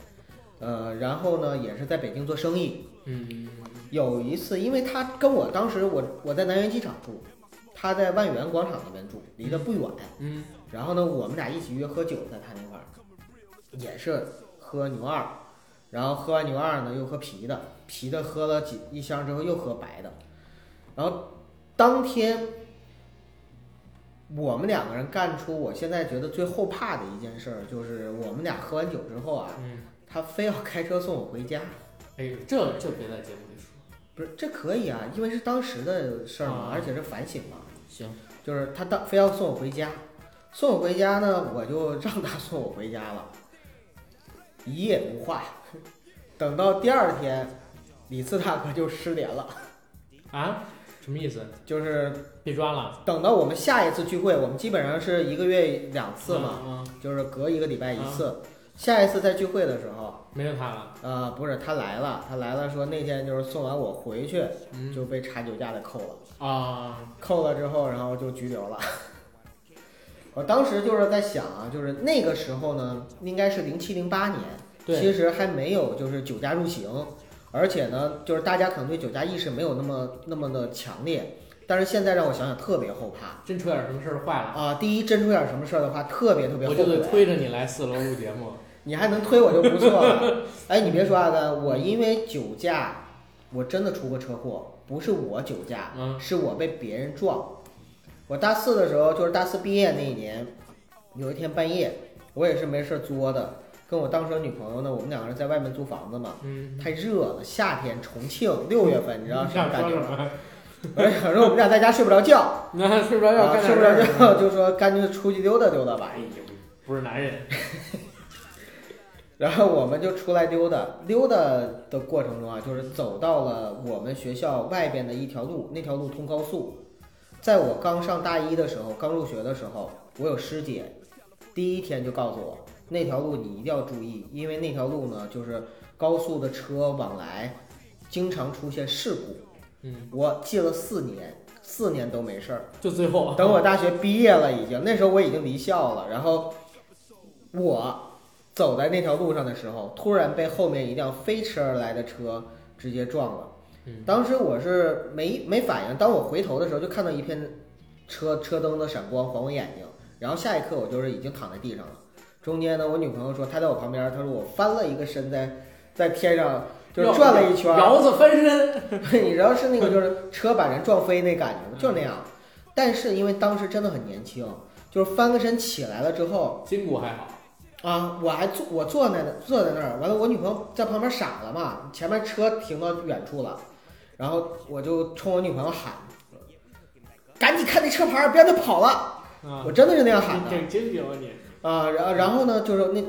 Speaker 4: 呃，然后呢，也是在北京做生意。
Speaker 1: 嗯，
Speaker 4: 有一次，因为他跟我当时我我在南苑机场住，他在万源广场那边住，离得不远。
Speaker 1: 嗯
Speaker 4: 然后呢，我们俩一起约喝酒，在他那块儿也是喝牛二，然后喝完牛二呢又喝啤的，啤的喝了几一箱之后又喝白的，然后当天我们两个人干出我现在觉得最后怕的一件事儿，就是我们俩喝完酒之后啊，
Speaker 1: 嗯，
Speaker 4: 他非要开车送我回家，
Speaker 1: 哎呦，这这别在节目里说。
Speaker 4: 不是这可以啊，因为是当时的事儿嘛
Speaker 1: 啊，
Speaker 4: 而且是反省嘛，
Speaker 1: 行，
Speaker 4: 就是他当非要送我回家，送我回家呢，我就让他送我回家了，一夜无话。 *laughs* 等到第二天，李四大哥就失联了。
Speaker 1: 啊？什么意思？
Speaker 4: 就是
Speaker 1: 被抓了？
Speaker 4: 等到我们下一次聚会，我们基本上是一个月两次嘛，
Speaker 1: 嗯？嗯，
Speaker 4: 就是隔一个礼拜一
Speaker 1: 啊
Speaker 4: 次。下一次再聚会的时候，
Speaker 1: 没有他了。
Speaker 4: 呃，不是他来了，他来了说那天就是送完我回去
Speaker 1: 嗯
Speaker 4: 就被查酒驾的扣了。
Speaker 1: 啊，
Speaker 4: 扣了之后，然后就拘留了。我当时就是在想啊，就是那个时候呢，应该是零七零八年，其
Speaker 1: 对，
Speaker 4: 实还没有就是酒驾入刑，而且呢，就是大家可能对酒驾意识没有那么那么的强烈。但是现在让我想想，特别后怕
Speaker 1: 真出点什么事儿坏了，
Speaker 4: 啊！第一，真出点什么事儿的话，特别特别
Speaker 1: 我
Speaker 4: 后
Speaker 1: 就得
Speaker 4: 悔。
Speaker 1: 推着你来四楼录节目。
Speaker 4: *laughs* 啊你还能推我就不错了。哎，你别说阿甘，我因为酒驾我真的出过车祸，不是我酒驾，
Speaker 1: 嗯
Speaker 4: 是我被别人撞。我大四的时候，就是大四毕业那一年，有一天半夜，我也是没事儿作的，跟我当时的女朋友呢，我们两个人在外面租房子嘛，
Speaker 1: 嗯，
Speaker 4: 太热了，夏天重庆六月份，你知道
Speaker 1: 你
Speaker 4: 什
Speaker 1: 想
Speaker 4: 么感
Speaker 1: 说
Speaker 4: 觉
Speaker 1: 什
Speaker 4: 吗？
Speaker 1: 么？
Speaker 4: 我就想说我们俩在家睡不
Speaker 1: *laughs*
Speaker 4: 着觉，
Speaker 1: 那睡不着觉
Speaker 4: 啊
Speaker 1: 干
Speaker 4: 睡
Speaker 1: 点
Speaker 4: 不着
Speaker 1: 事儿
Speaker 4: 觉就说干脆出去溜达溜达吧
Speaker 1: 哎。呦， *laughs* 不是男人，
Speaker 4: 然后我们就出来溜达，溜达的过程中啊，就是走到了我们学校外边的一条路，那条路通高速。在我刚上大一的时候，刚入学的时候，我有师姐，第一天就告诉我，那条路你一定要注意，因为那条路呢，就是高速的车往来，经常出现事故。
Speaker 1: 嗯，
Speaker 4: 我记了四年，四年都没事儿。
Speaker 1: 就最后 *laughs*
Speaker 4: 等我大学毕业了，已经那时候我已经离校了。然后我走在那条路上的时候，突然被后面一辆飞驰而来的车直接撞了
Speaker 1: 嗯。
Speaker 4: 当时我是没没反应，当我回头的时候，就看到一片车车灯的闪光晃我眼睛，然后下一刻我就是已经躺在地上了。中间呢，我女朋友说她在我旁边，她说我翻了一个身在在天上就是转了一圈，
Speaker 1: 摇子翻身，
Speaker 4: *laughs* 你知道是那个就是车把人撞飞那感觉吗？就是那样。但是因为当时真的很年轻，就是翻个身起来了之后
Speaker 1: 筋骨还好，
Speaker 4: 啊，我还坐我坐在那坐在那儿，完了我女朋友在旁边傻了嘛，前面车停到远处了，然后我就冲我女朋友喊：“赶紧看那车牌，别让他跑了！”
Speaker 1: 啊，
Speaker 4: 我真的是那样喊
Speaker 1: 你
Speaker 4: 的
Speaker 1: 挺精明啊你，
Speaker 4: 啊。然后然后呢，就是那，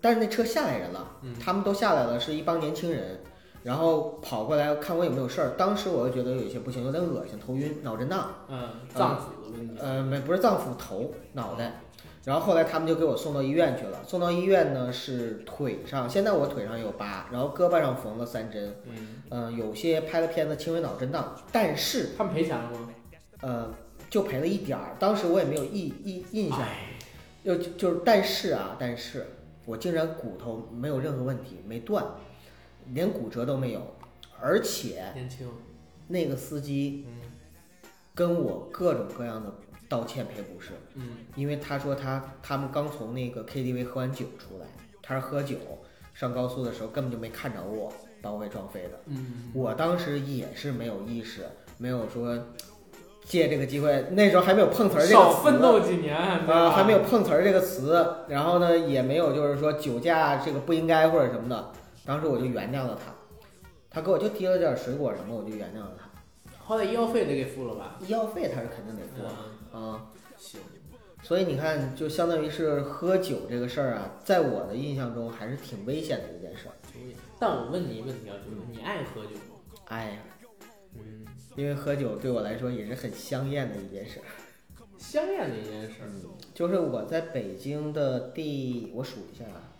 Speaker 4: 但是那车下来人了。
Speaker 1: 嗯，
Speaker 4: 他们都下来了，是一帮年轻人，然后跑过来看我有没有事儿。当时我就觉得有一些不行，有点恶心、头晕、脑震荡，
Speaker 1: 嗯，脏腑的问题，
Speaker 4: 呃，没不是脏腑，头脑袋。然后后来他们就给我送到医院去了，送到医院呢是腿上，现在我腿上有疤，然后胳膊上缝了三针，
Speaker 1: 嗯，
Speaker 4: 嗯、有些拍了片子轻微脑震荡，但是
Speaker 1: 他们赔钱了吗？
Speaker 4: 呃就赔了一点儿，当时我也没有意意印象，
Speaker 1: 哎
Speaker 4: 就就是，但是啊，但是我竟然骨头没有任何问题，没断，连骨折都没有，而且
Speaker 1: 年轻，
Speaker 4: 那个司机
Speaker 1: 嗯
Speaker 4: 跟我各种各样的道歉赔不是，
Speaker 1: 嗯，
Speaker 4: 因为他说他他们刚从那个 KTV 喝完酒出来，他是喝酒上高速的时候根本就没看着我，把我给撞飞的。
Speaker 1: 嗯，
Speaker 4: 我当时也是没有意识，没有说借这个机会，那时候还没有碰瓷儿这个
Speaker 1: 少
Speaker 4: 词
Speaker 1: 奋斗几年，
Speaker 4: 呃，还没
Speaker 1: 有，
Speaker 4: 有“碰瓷儿”这个词，然后呢，也没有就是说酒驾这个不应该或者什么的。当时我就原谅了他，他给我就提了点水果什么，我就原谅了他。
Speaker 1: 好歹医药费得给付了吧？
Speaker 4: 医药费他是肯定得付啊、
Speaker 1: 嗯，行，
Speaker 4: 所以你看，就相当于是喝酒这个事儿啊，在我的印象中还是挺危险的一件事儿。
Speaker 1: 但我问你一个问题啊，就是你爱喝酒吗？
Speaker 4: 哎呀，
Speaker 1: 嗯，
Speaker 4: 因为喝酒对我来说也是很香艳的一件事儿。
Speaker 1: 香艳的一件事儿，
Speaker 4: 就是我在北京的第，我数一下啊，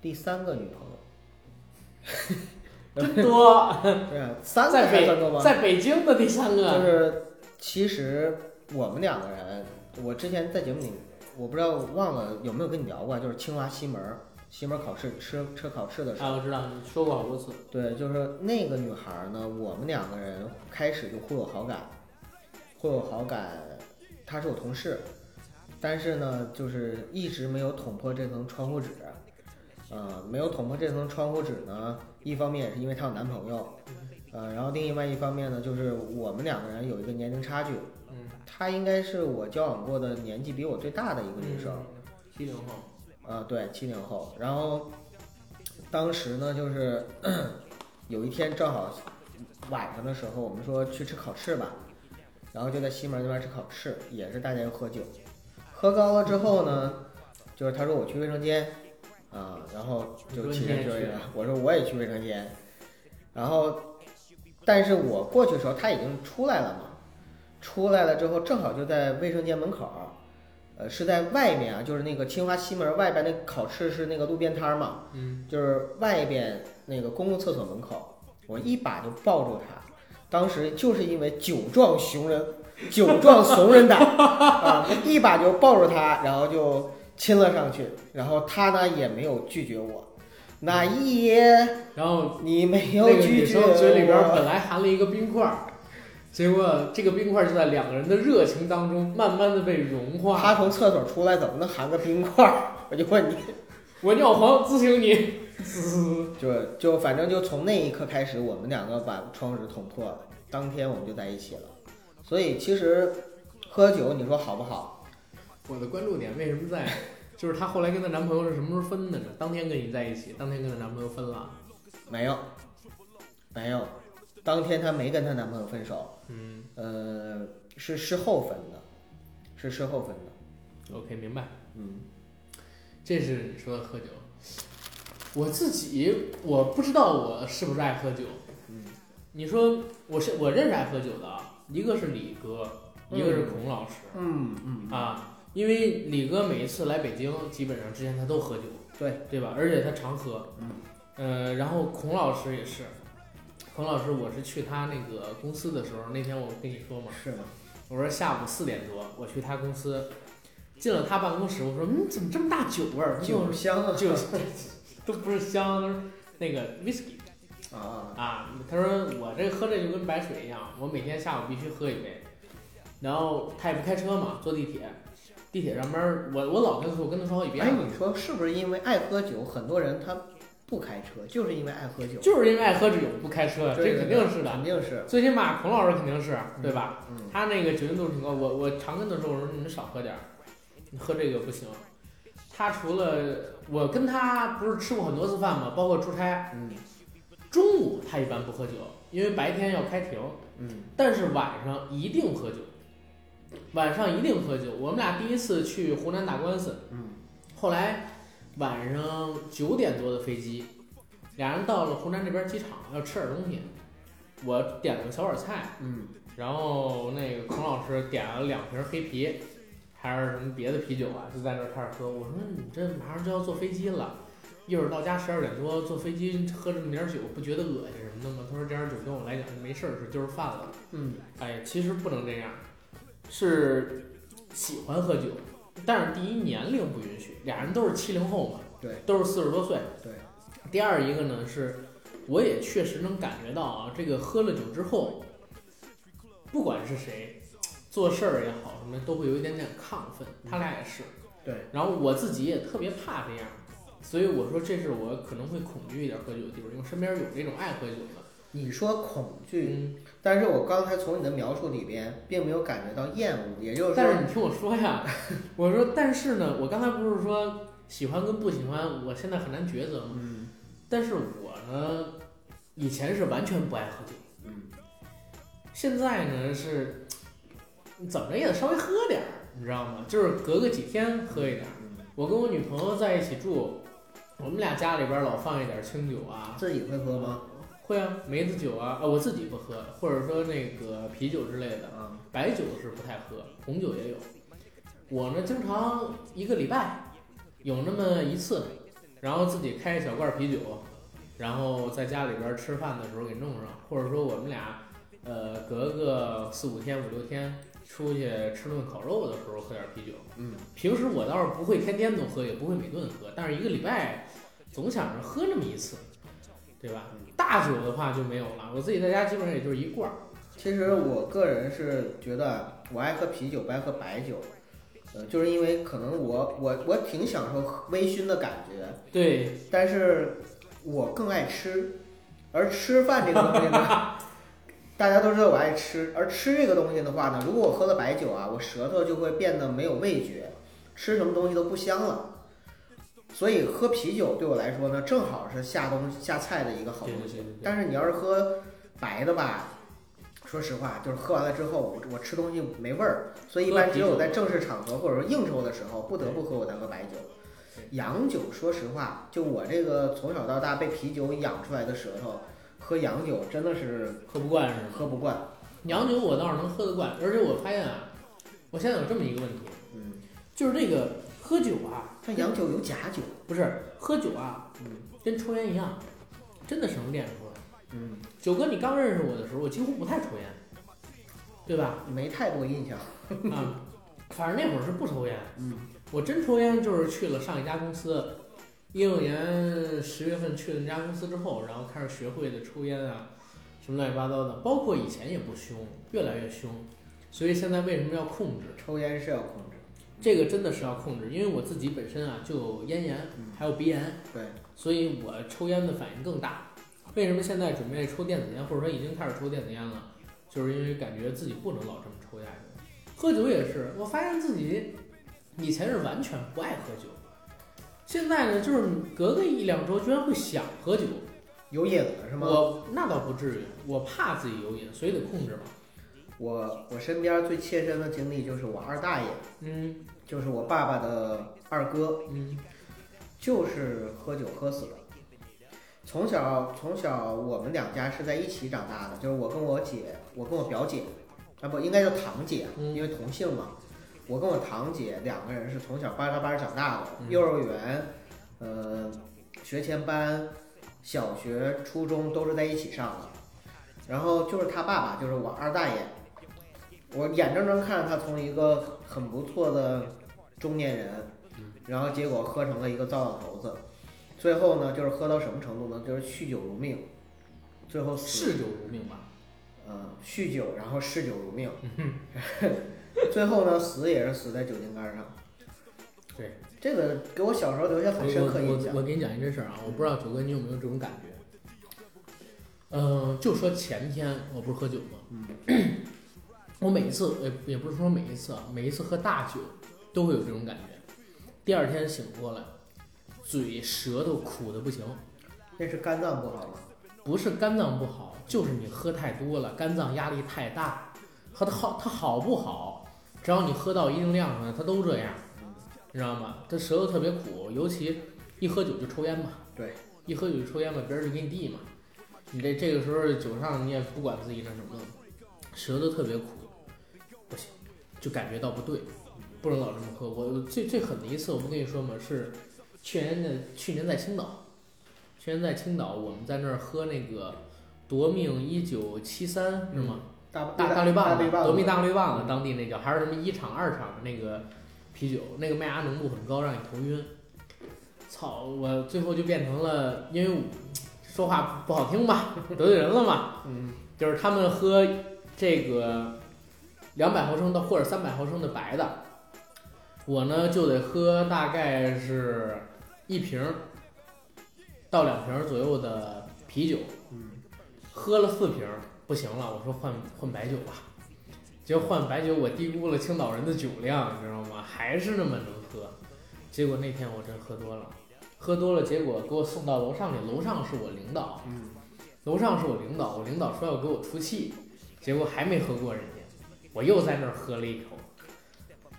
Speaker 4: 第三个女朋友。
Speaker 1: 真多，
Speaker 4: 对啊，三个
Speaker 1: 在
Speaker 4: 还算多
Speaker 1: 北啊
Speaker 4: 吗？
Speaker 1: 在北京的第三
Speaker 4: 就
Speaker 1: 个，
Speaker 4: 是其实我们两个人，我之前在节目里，我不知道忘了有没有跟你聊过，啊就是清华西门儿西门儿考试吃吃考试的时候，
Speaker 1: 啊，我知道你说过好多次，
Speaker 4: 对，就是那个女孩儿呢，我们两个人开始就互有好感，互有好感，她是我同事，但是呢，就是一直没有捅破这层窗户纸。呃，没有捅破这层窗户纸呢，一方面也是因为她有男朋友，呃，然后另外一方面呢，就是我们两个人有一个年龄差距，
Speaker 1: 嗯，
Speaker 4: 她应该是我交往过的年纪比我最大的一个女生，
Speaker 1: 嗯七零后，
Speaker 4: 啊，对，七零后。然后当时呢，就是 *clears throat* 有一天正好晚上的时候，我们说去吃烤翅吧，然后就在西门那边吃烤翅，也是大家又喝酒，喝高了之后呢，就是他说我去卫生间啊，然后就起身
Speaker 1: 你
Speaker 4: 就
Speaker 1: 说你也
Speaker 4: 是
Speaker 1: 去，
Speaker 4: 我说我也去卫生间，然后但是我过去的时候他已经出来了嘛，出来了之后正好就在卫生间门口儿。呃，是在外面啊，就是那个清华西门外边那烤翅是那个路边摊儿嘛，
Speaker 1: 嗯，
Speaker 4: 就是外边那个公共厕所门口，我一把就抱住他。当时就是因为酒壮熊人，酒壮怂人胆啊，一把就抱住他，然后就亲了上去，然后他呢也没有拒绝我。那一爷，
Speaker 1: 然后
Speaker 4: 你没有
Speaker 1: 那个女
Speaker 4: 拒绝
Speaker 1: 生
Speaker 4: 我。
Speaker 1: 嘴里边本来含了一个冰块儿，结果这个冰块儿就在两个人的热情当中慢慢的被融化。
Speaker 4: 他从厕所出来，怎么能含个冰块儿？我就问你，
Speaker 1: 我尿黄咨询你，滋
Speaker 4: 就就反正就从那一刻开始，我们两个把窗纸捅破了，当天我们就在一起了。所以其实喝酒，你说好不好？
Speaker 1: *laughs* 我的关注点为什么在？就是她后来跟她男朋友是什么时候分的呢？当天跟你在一起，当天跟她男朋友分了。
Speaker 4: 没有，没有，当天她没跟她男朋友分手，
Speaker 1: 嗯
Speaker 4: 呃，是事后分的，是事后分的。
Speaker 1: ，OK，明白。
Speaker 4: 嗯，
Speaker 1: 这是你说的喝酒。我自己我不知道我是不是爱喝酒。
Speaker 4: 嗯，
Speaker 1: 你说我是我认识爱喝酒的啊，一个是李哥，一个是孔老师、
Speaker 4: 嗯嗯，
Speaker 1: 啊。因为李哥每一次来北京，基本上之前他都喝酒，
Speaker 4: 对
Speaker 1: 对吧？而且他常喝。
Speaker 4: 嗯。
Speaker 1: 呃，然后孔老师也是，孔老师我是去他那个公司的时候，那天我跟你说嘛，
Speaker 4: 是的，
Speaker 1: 我说下午四点多我去他公司，进了他办公室，我说嗯，怎么这么大酒味儿？他跟我说
Speaker 4: 酒香
Speaker 1: *laughs*
Speaker 4: 啊，
Speaker 1: 就是都不是香，都是那个 whisky
Speaker 4: 啊，
Speaker 1: 啊。他说我这喝着就跟白水一样，我每天下午必须喝一杯。然后他也不开车嘛，坐地铁，地铁上边儿我我老跟他说，我跟他说好几遍
Speaker 4: 哎，
Speaker 1: 了，
Speaker 4: 你说是不是因为爱喝酒，很多人他不开车，就是因为爱喝酒，
Speaker 1: 就是因为爱喝酒不开车，
Speaker 4: 对
Speaker 1: 这肯定是的啊
Speaker 4: 肯。定是，
Speaker 1: 最起码孔老师肯定是对吧？
Speaker 4: 嗯，
Speaker 1: 他那个酒精度数挺高，我我常跟他说，我说你们少喝点儿，你喝这个不行。他除了我跟他不是吃过很多次饭嘛，包括出差，
Speaker 4: 嗯
Speaker 1: 中午他一般不喝酒，因为白天要开庭，
Speaker 4: 嗯
Speaker 1: 但是晚上一定喝酒，晚上一定喝酒。我们俩第一次去湖南打官司，
Speaker 4: 嗯
Speaker 1: 后来晚上九点多的飞机，俩人到了湖南这边机场要吃点东西，我点了个小碗菜，
Speaker 4: 嗯
Speaker 1: 然后那个孔老师点了两瓶黑啤，还是什么别的啤酒啊，就在那儿开始喝。我说你这马上就要坐飞机了，一会儿到家十二点多坐飞机喝这么点儿酒，不觉得恶心什么的吗？他说这点儿酒跟我来讲没事儿，是就是饭了。
Speaker 4: 嗯，
Speaker 1: 哎，其实不能这样，是喜欢喝酒，但是第一年龄不允许，俩人都是七零后嘛，
Speaker 4: 对，
Speaker 1: 都是四十多岁，
Speaker 4: 对。
Speaker 1: 第二一个呢是，我也确实能感觉到啊，这个喝了酒之后，不管是谁，做事儿也好什么，都会有一点点亢奋，他俩也是，
Speaker 4: 对。
Speaker 1: 然后我自己也特别怕这样，所以我说这是我可能会恐惧一点喝酒的地方，因为身边有这种爱喝酒的，
Speaker 4: 你说恐惧，
Speaker 1: 嗯，
Speaker 4: 但是我刚才从你的描述里边，并没有感觉到厌恶，也就
Speaker 1: *laughs*
Speaker 4: 是
Speaker 1: 但
Speaker 4: 说，
Speaker 1: 是你听我说呀， *laughs* 我说但是呢，我刚才不是说喜欢跟不喜欢，我现在很难抉择嘛。
Speaker 4: 嗯
Speaker 1: 但是我呢，以前是完全不爱喝酒，
Speaker 4: 嗯
Speaker 1: 现在呢是，怎么着也得稍微喝点儿，你知道吗？就是隔个几天喝一点儿。
Speaker 4: 嗯，
Speaker 1: 我跟我女朋友在一起住，我们俩家里边儿老放一点儿清酒啊，
Speaker 4: 自己会喝吗？
Speaker 1: 会啊，梅子酒啊，啊我自己不喝，或者说那个啤酒之类的，
Speaker 4: 啊，
Speaker 1: 白酒是不太喝，红酒也有。我呢，经常一个礼拜有那么一次，然后自己开一小罐啤酒，然后在家里边吃饭的时候给弄上，或者说我们俩，呃，隔个四五天、五六天出去吃顿烤肉的时候喝点啤酒。
Speaker 4: 嗯，
Speaker 1: 平时我倒是不会天天都喝，也不会每顿喝，但是一个礼拜总想着喝那么一次，对吧？大酒的话就没有了，我自己在家基本上也就是一罐儿。
Speaker 4: 其实我个人是觉得我爱喝啤酒，不爱喝白酒，呃，就是因为可能我我我挺享受喝微醺的感觉，
Speaker 1: 对，
Speaker 4: 但是我更爱吃，而吃饭这个东西呢， *laughs* 大家都知道我爱吃，而吃这个东西的话呢，如果我喝了白酒啊，我舌头就会变得没有味觉，吃什么东西都不香了。所以喝啤酒对我来说呢，正好是下东下菜的一个好东西。
Speaker 1: 对对对对
Speaker 4: 但是你要是喝白的吧，说实话，就是喝完了之后，我我吃东西没味儿，所以一般只有在正式场合或者说应酬的时候，不得不喝我才喝白酒。洋酒，说实话，就我这个从小到大被啤酒养出来的舌头，喝洋酒真的是
Speaker 1: 喝不惯是吗？
Speaker 4: 喝不惯。
Speaker 1: 洋酒我倒是能喝得惯，而且我发现啊，我现在有这么一个问题，
Speaker 4: 嗯，
Speaker 1: 就是这个喝酒啊，
Speaker 4: 但洋酒有假酒。
Speaker 1: 不是喝酒啊，
Speaker 4: 嗯
Speaker 1: 跟抽烟一样，真的是能练出来。
Speaker 4: 嗯，
Speaker 1: 九哥，你刚认识我的时候，我几乎不太抽烟，对吧？
Speaker 4: 没太多印象。
Speaker 1: 啊，反正那会儿是不抽烟。
Speaker 4: 嗯，
Speaker 1: 我真抽烟就是去了上一家公司，一六年十月份去了那家公司之后，然后开始学会的抽烟啊，什么乱七八糟的，包括以前也不凶，越来越凶，所以现在为什么要控制？
Speaker 4: 抽烟是要控制。
Speaker 1: 这个真的是要控制，因为我自己本身啊就有咽炎，还有鼻炎，
Speaker 4: 对，
Speaker 1: 所以我抽烟的反应更大。为什么现在准备抽电子烟，或者说已经开始抽电子烟了？就是因为感觉自己不能老这么抽下去。喝酒也是，我发现自己以前是完全不爱喝酒，现在呢，就是隔个一两周居然会想喝酒。
Speaker 4: 有瘾了是吗？
Speaker 1: 我那倒不至于，我怕自己有瘾，所以得控制嘛。
Speaker 4: 我我身边最切身的经历就是我二大爷，
Speaker 1: 嗯
Speaker 4: 就是我爸爸的二哥，
Speaker 1: 嗯
Speaker 4: 就是喝酒喝死了。从小从小我们两家是在一起长大的，就是我跟我姐，我跟我表姐，啊不应该叫堂姐，
Speaker 1: 嗯
Speaker 4: 因为同姓嘛。我跟我堂姐两个人是从小巴拉巴拉长大的，
Speaker 1: 嗯
Speaker 4: 幼儿园，呃，学前班、小学、初中都是在一起上的。然后就是他爸爸，就是我二大爷，我眼睁睁看着他从一个很不错的中年人
Speaker 1: 嗯，
Speaker 4: 然后结果喝成了一个糟老头子，最后呢，就是喝到什么程度呢？就是酗酒如命，最后死，
Speaker 1: 嗜酒如命吧。
Speaker 4: 嗯，酗酒然后嗜酒如命，
Speaker 1: 嗯
Speaker 4: *laughs* 最后呢，死也是死在酒精杆上。
Speaker 1: 对，
Speaker 4: 这个给我小时候留下很深刻印
Speaker 1: 我我我
Speaker 4: 象。
Speaker 1: 给你讲一真事儿啊，我不知道九哥你有没有这种感觉。嗯、就说前天我不是喝酒吗？嗯，我每一次也也不是说每一次啊，每一次喝大酒都会有这种感觉。第二天醒过来，嘴舌头苦的不行，
Speaker 4: 那是肝脏不好吗？
Speaker 1: 不是肝脏不好，就是你喝太多了，肝脏压力太大。它它好它好不好，只要你喝到一定量上，它都这样，你知道吗？这舌头特别苦，尤其一喝酒就抽烟嘛。
Speaker 4: 对，
Speaker 1: 一喝酒就抽烟嘛，别人就给你递嘛。你这这个时候酒上你也不管自己那什么了，舌头特别苦，不行，就感觉到不对，不能老这么喝。我最最狠的一次，我不跟你说吗？是去年的去年在青岛。去年在青岛，我们在那儿喝那个夺命一九七三是吗？
Speaker 4: 大
Speaker 1: 大
Speaker 4: 大
Speaker 1: 绿
Speaker 4: 大
Speaker 1: 棒
Speaker 4: 绿
Speaker 1: 子，
Speaker 4: 棒子，
Speaker 1: 夺命大绿棒子，当地那叫还是什么一厂二厂的那个啤酒，那个麦芽浓度很高，让你头晕。操！我最后就变成了，因为我说话不好听嘛，得罪人了嘛，
Speaker 4: *laughs* 嗯，
Speaker 1: 就是他们喝这个两百毫升的或者三百毫升的白的，我呢就得喝大概是一瓶儿到两瓶儿左右的啤酒，
Speaker 4: 嗯，
Speaker 1: 喝了四瓶儿不行了，我说换换白酒吧，结果换白酒我低估了青岛人的酒量，你知道吗？还是那么能喝，结果那天我真喝多了，喝多了，结果给我送到楼上去，楼上是我领导，
Speaker 4: 嗯，
Speaker 1: 楼上是我领导，我领导说要给我出气，结果还没喝过人家，我又在那儿喝了一口，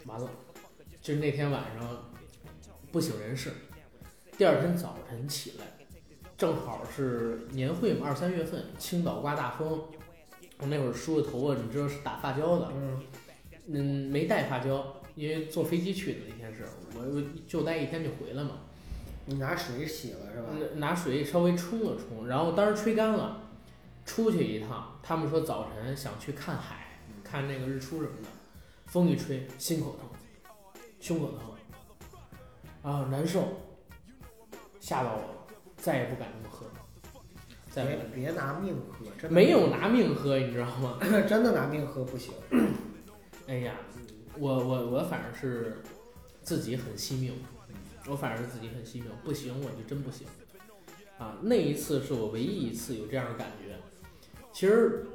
Speaker 1: 完了，就是那天晚上不省人事，第二天早晨起来，正好是年会嘛，二三月份，青岛刮大风，我那会儿梳的头发，你知道是打发胶的，
Speaker 4: 嗯，
Speaker 1: 嗯，没带发胶，因为坐飞机去的那天是，我我就待一天就回来嘛，
Speaker 4: 你拿水洗了是吧？
Speaker 1: 拿拿水稍微冲了冲，然后当时吹干了，出去一趟。他们说早晨想去看海，看那个日出什么的，风一吹，心口疼，胸口疼，啊，难受，吓到我了，再也不敢这么喝，再也
Speaker 4: 别
Speaker 1: 不敢
Speaker 4: 别拿命喝，真的
Speaker 1: 没有拿命喝，你知道吗？
Speaker 4: *laughs* 真的拿命喝不行。
Speaker 1: 哎呀，我我我反正是自己很惜命，我反正是自己很惜命，不行我就真不行啊！那一次是我唯一一次有这样的感觉。其实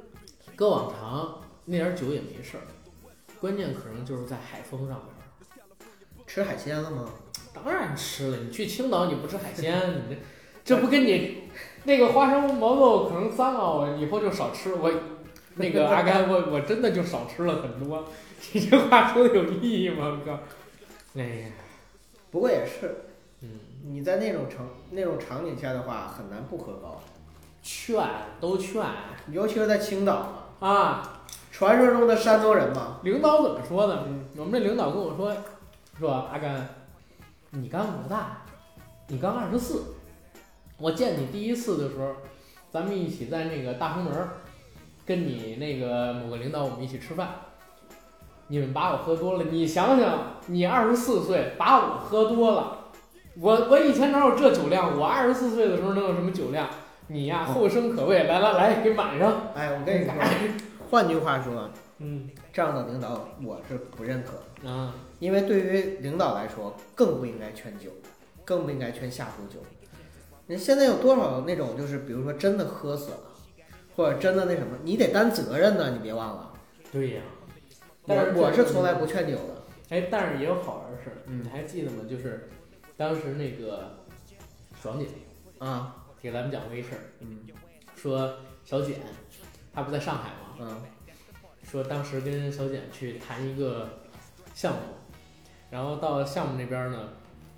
Speaker 1: 搁往常那点儿酒也没事儿，关键可能就是在海风上面儿。
Speaker 4: 吃海鲜了吗？
Speaker 1: 当然吃了，你去青岛你不吃海鲜，你这这不跟你那个花生毛豆可能脏了，我以后就少吃。我那个阿甘，我我真的就少吃了很多。你这话说的有意义吗？我靠！哎呀，
Speaker 4: 不过也是，
Speaker 1: 嗯，
Speaker 4: 你在那种场那种场景下的话，很难不喝高，
Speaker 1: 劝都劝
Speaker 4: 尤其是在青岛嘛，
Speaker 1: 啊！
Speaker 4: 传说中的山东人嘛。
Speaker 1: 领导怎么说的？
Speaker 4: 嗯，
Speaker 1: 我们这领导跟我说，说阿甘，你刚多大？你刚二十四。我见你第一次的时候，咱们一起在那个大红门儿，跟你那个某个领导我们一起吃饭，你们把我喝多了。你想想，你二十四岁把我喝多了，我我以前哪有这酒量？我二十四岁的时候能有什么酒量？你呀，后生可畏。来来来，给满上。
Speaker 4: *laughs* 哎，我跟你说，换句话说，
Speaker 1: 嗯，
Speaker 4: 这样的领导我是不认可的。
Speaker 1: 啊，
Speaker 4: 因为对于领导来说，更不应该劝酒，更不应该劝下属酒。人现在有多少那种就是，比如说真的喝死了，或者真的那什么，你得担责任呢，你别忘了。
Speaker 1: 对呀、
Speaker 4: 我
Speaker 1: 但是
Speaker 4: 我
Speaker 1: 这
Speaker 4: 是从来不劝酒的，
Speaker 1: 哎，但是也有好玩的事儿，
Speaker 4: 嗯
Speaker 1: 你还记得吗？就是当时那个爽姐
Speaker 4: 啊，
Speaker 1: 给咱们讲过一事儿，
Speaker 4: 嗯
Speaker 1: 说小简她不在上海吗？
Speaker 4: 嗯
Speaker 1: 说当时跟小简去谈一个项目，然后到项目那边呢，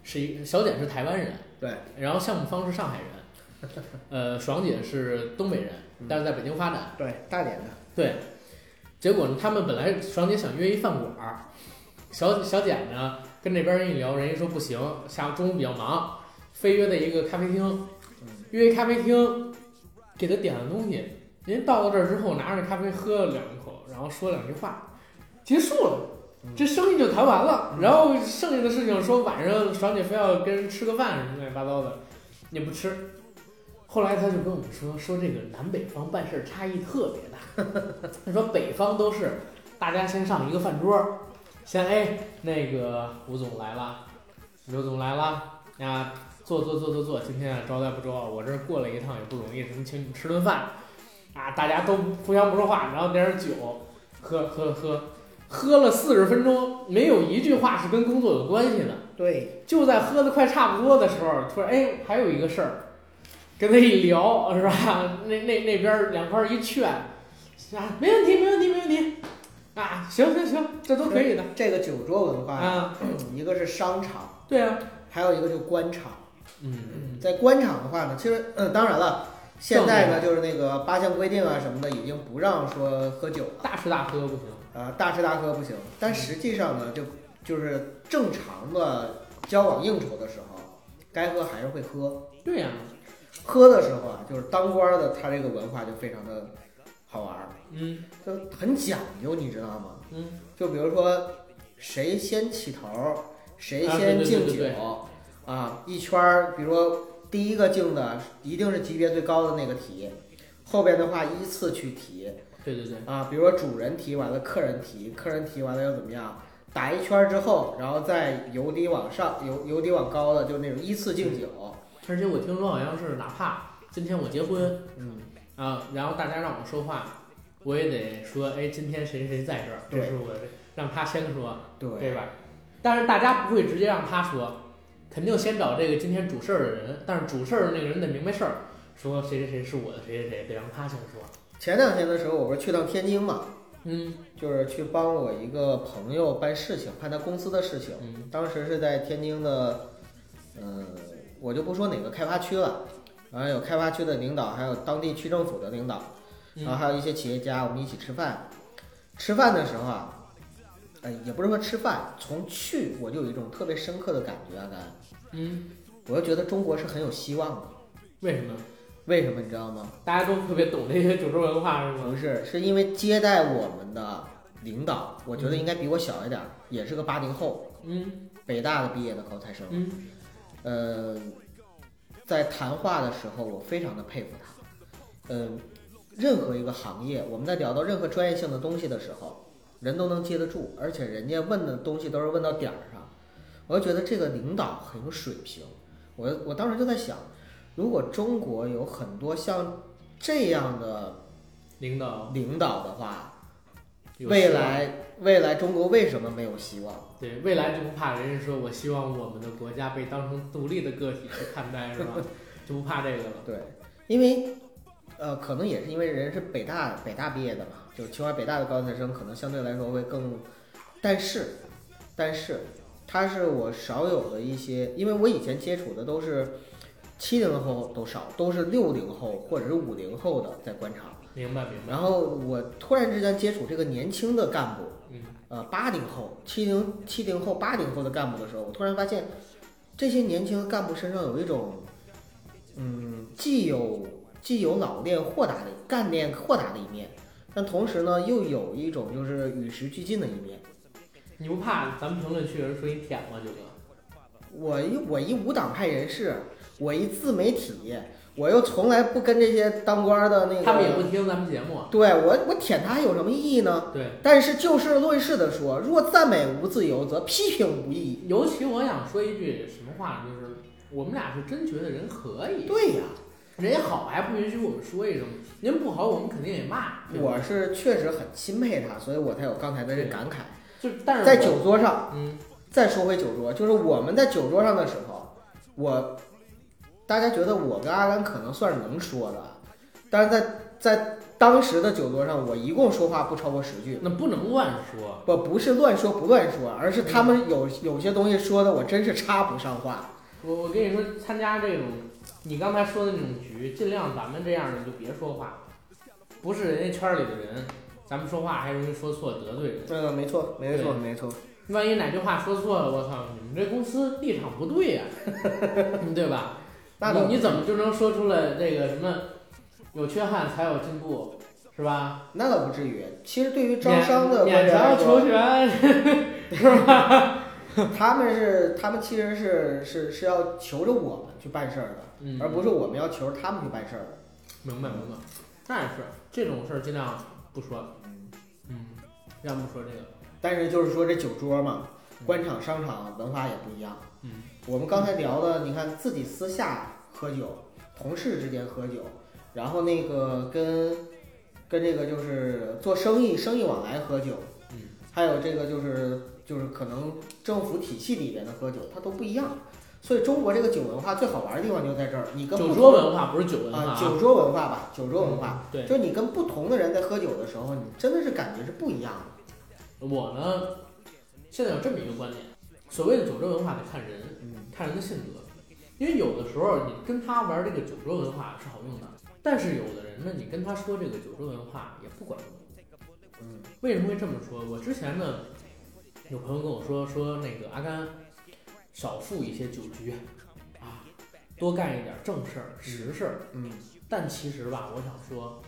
Speaker 1: 是一个小简是台湾人，
Speaker 4: 对，
Speaker 1: 然后项目方是上海人，
Speaker 4: *laughs*
Speaker 1: 呃，爽姐是东北人，但是在北京发展，
Speaker 4: 对，大连的，
Speaker 1: 对，结果呢，他们本来爽姐想约一饭馆儿，小小简呢跟那边人一聊，人家说不行，下午中午比较忙，非约在一个咖啡厅
Speaker 4: 嗯，
Speaker 1: 约一咖啡厅，给他点了东西，人家到了这儿之后拿着那咖啡喝了两口，然后说两句话，结束了。这生意就谈完了，然后剩下的事情说晚上爽姐非要跟人吃个饭什么乱七八糟的，也不吃。后来他就跟我们说，说这个南北方办事儿差异特别大，他说北方都是大家先上一个饭桌儿，先哎那个吴总来了，刘总来了啊，坐坐坐坐坐，今天啊招待不周啊，我这儿过来一趟也不容易，什么请你们吃顿饭啊，大家都互相不说话，然后点点酒，喝喝喝，喝了四十分钟，没有一句话是跟工作有关系的。
Speaker 4: 对，
Speaker 1: 就在喝的快差不多的时候，突然哎，还有一个事儿，跟他一聊是吧？ *laughs* 那那那边儿两块儿一劝，啊，没问题，没问题，没问题，啊，行行行，这都可以的
Speaker 4: 这个酒桌文化，嗯
Speaker 1: 啊，
Speaker 4: 一个是商场，
Speaker 1: 对啊，
Speaker 4: 还有一个就是官场。
Speaker 1: 嗯，
Speaker 4: 在官场的话呢，其实嗯，当然了，现在呢就是那个八项规定啊什么的，已经不让说喝酒了，
Speaker 1: 大吃大喝不行，
Speaker 4: 呃，大吃大喝不行。但实际上呢，就就是正常的交往应酬的时候，该喝还是会喝。
Speaker 1: 对呀、
Speaker 4: 喝的时候啊，就是当官的他这个文化就非常的好玩儿，
Speaker 1: 嗯
Speaker 4: 就很讲究，你知道吗？
Speaker 1: 嗯，
Speaker 4: 就比如说谁先起头儿，谁
Speaker 1: 啊对
Speaker 4: 先
Speaker 1: 对
Speaker 4: 敬
Speaker 1: 对
Speaker 4: 酒
Speaker 1: 对
Speaker 4: 啊，一圈儿，比如说第一个敬的一定是级别最高的那个提，后边的话依次去提
Speaker 1: 对对对，
Speaker 4: 啊，比如说主人提完了，客人提，客人提完了又怎么样？打一圈儿之后，然后再由低往上，由由低往高的，就那种依次敬酒。
Speaker 1: 而且我听说好像是哪怕今天我结婚
Speaker 4: 嗯，
Speaker 1: 啊，然后大家让我说话，我也得说，哎，今天谁谁在这儿，这
Speaker 4: 对
Speaker 1: 是我让他先说。
Speaker 4: 对，
Speaker 1: 对吧？但是大家不会直接让他说，肯定先找这个今天主事儿的人，但是主事儿的那个人得明白事儿，说谁谁谁是我的谁谁谁，得让他先说。
Speaker 4: 前两天的时候，我不是去趟天津嘛，
Speaker 1: 嗯
Speaker 4: 就是去帮我一个朋友办事情，办他公司的事情。
Speaker 1: 嗯
Speaker 4: 当时是在天津的，呃，我就不说哪个开发区了，然后有开发区的领导，还有当地区政府的领导，然后
Speaker 1: 嗯
Speaker 4: 还有一些企业家，我们一起吃饭。吃饭的时候啊，呃，也不是说吃饭，从去我就有一种特别深刻的感觉啊，咱，
Speaker 1: 嗯，
Speaker 4: 我就觉得中国是很有希望的。
Speaker 1: 为什么？
Speaker 4: 为什么你知道吗？
Speaker 1: 大家都特别懂这些主事文化是吗？
Speaker 4: 不是，是因为接待我们的领导，我觉得应该比我小一点儿，也是个八零后，
Speaker 1: 嗯
Speaker 4: 北大的毕业的高材生。
Speaker 1: 嗯
Speaker 4: 呃，在谈话的时候，我非常的佩服他。嗯、任何一个行业，我们在聊到任何专业性的东西的时候，人都能接得住，而且人家问的东西都是问到点儿上。我就觉得这个领导很有水平。我我当时就在想，如果中国有很多像这样的
Speaker 1: 领导
Speaker 4: 领导的话，
Speaker 1: 有
Speaker 4: 未
Speaker 1: 希望
Speaker 4: 来未来中国为什么没有希望？
Speaker 1: 对未来就不怕人家说我希望我们的国家被当成独立的个体去看待是吧？就不怕这个了。
Speaker 4: 对，因为呃，可能也是因为人是北大北大毕业的嘛，就是清华北大的高材生，可能相对来说会更，但是但是他是我少有的一些，因为我以前接触的都是七零后都少，都是六零后或者是五零后的在官场，
Speaker 1: 明白明白。
Speaker 4: 然后我突然之间接触这个年轻的干部，
Speaker 1: 嗯
Speaker 4: 呃八零后、七零七零后、八零后的干部的时候，我突然发现，这些年轻干部身上有一种，嗯，既有既有老练豁达的干练豁达的一面，但同时呢，又有一种就是与时俱进的一面。
Speaker 1: 你不怕咱们评论区有人说你舔吗，九哥？
Speaker 4: 我一我一无党派人士，我一自媒体，我又从来不跟这些当官的那个，
Speaker 1: 他们也不听咱们节目啊。
Speaker 4: 对我我舔他有什么意义呢？
Speaker 1: 对，
Speaker 4: 但是就事论事的说，若赞美无自由，则批评无意义。
Speaker 1: 尤其我想说一句什么话，就是我们俩是真觉得人可以，
Speaker 4: 对呀、
Speaker 1: 人家好还不允许我们说一声，您不好我们肯定也骂。对吧
Speaker 4: 我是确实很钦佩他，所以我才有刚才的这感慨。
Speaker 1: 就但是
Speaker 4: 在
Speaker 1: 我
Speaker 4: 酒桌上，
Speaker 1: 嗯
Speaker 4: 再说回酒桌，就是我们在酒桌上的时候，我大家觉得我跟阿甘可能算是能说的，但是在在当时的酒桌上，我一共说话不超过十句。
Speaker 1: 那不能乱说，
Speaker 4: 我不是乱说不乱说，而是他们有有些东西说的我真是插不上话。
Speaker 1: 我我跟你说，参加这种你刚才说的那种局，尽量咱们这样的就别说话，不是人家圈儿里的人，咱们说话还容易说错得罪人。
Speaker 4: 嗯，没错，没错，没错。
Speaker 1: 万一哪句话说错了，我操，你们这公司立场不对 *laughs* 呀、嗯对吧？
Speaker 4: 那倒
Speaker 1: 你你怎么就能说出来这个什么有缺憾才有进步，是吧？
Speaker 4: 那倒不至于。其实对于招商的
Speaker 1: 勉勉
Speaker 4: 观点来
Speaker 1: 强求
Speaker 4: 说，
Speaker 1: 全，
Speaker 4: 他们是他们其实是是是要求着我们去办事儿的，
Speaker 1: 嗯，
Speaker 4: 而不是我们要求着他们去办事儿的。
Speaker 1: 明白明白，那也是这种事儿尽量不说，嗯，要不说这个，
Speaker 4: 但是就是说这酒桌嘛，官场商场文化也不一样。
Speaker 1: 嗯，
Speaker 4: 我们刚才聊的，你看自己私下喝酒，同事之间喝酒，然后那个跟跟这个就是做生意生意往来喝酒，
Speaker 1: 嗯，
Speaker 4: 还有这个就是就是可能政府体系里边的喝酒，它都不一样。所以中国这个酒文化最好玩的地方就在这儿，你跟不
Speaker 1: 酒
Speaker 4: 同
Speaker 1: 桌文化不是酒文化
Speaker 4: 啊、酒桌文化吧，酒桌文化，
Speaker 1: 嗯对，
Speaker 4: 就是你跟不同的人在喝酒的时候，你真的是感觉是不一样的。
Speaker 1: 我呢现在有这么一个观点，所谓的酒桌文化得看人，
Speaker 4: 嗯
Speaker 1: 看人的性格，因为有的时候你跟他玩这个酒桌文化是好用的，但是有的人呢，你跟他说这个酒桌文化也不管用。
Speaker 4: 嗯
Speaker 1: 为什么会这么说？我之前呢，有朋友跟我说说那个阿甘，少赴一些酒局，啊，多干一点正事儿、实事儿。
Speaker 4: 嗯，
Speaker 1: 但其实吧，我想说，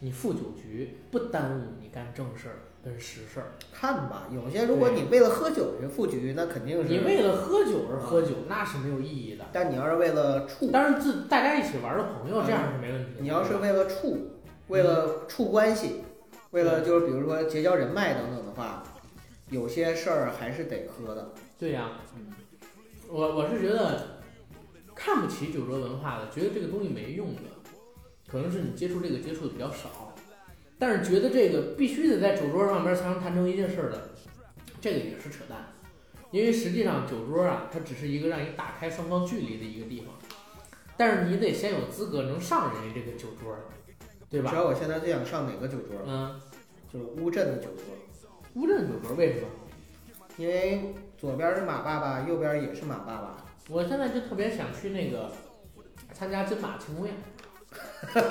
Speaker 1: 你赴酒局不耽误你干正事儿跟实事儿。
Speaker 4: 看吧，有些如果你为了喝酒去赴局，那肯定是
Speaker 1: 你为了喝酒而喝酒，那是没有意义的。
Speaker 4: 但你要是为了处，
Speaker 1: 当然，自大家一起玩的朋友，这样是没嗯问题的。
Speaker 4: 你要是为了处，为了处关系，为
Speaker 1: 嗯
Speaker 4: 了就是比如说结交人脉等等的话，有些事儿还是得喝的。
Speaker 1: 对呀、
Speaker 4: 嗯
Speaker 1: 我我是觉得看不起酒桌文化的，觉得这个东西没用的，可能是你接触这个接触的比较少，但是觉得这个必须得在酒桌上边才能谈成一件事儿的，这个也是扯淡。因为实际上酒桌啊，它只是一个让你打开双方距离的一个地方，但是你得先有资格能上人家这个酒桌，对
Speaker 4: 你知
Speaker 1: 吧？
Speaker 4: 道我现在最想上哪个酒桌吗？
Speaker 1: 嗯，
Speaker 4: 就是乌镇的酒桌，
Speaker 1: 乌镇酒桌为什么？
Speaker 4: 因为左边是马爸爸，右边也是马爸爸。
Speaker 1: 我现在就特别想去那个参加金马庆功宴，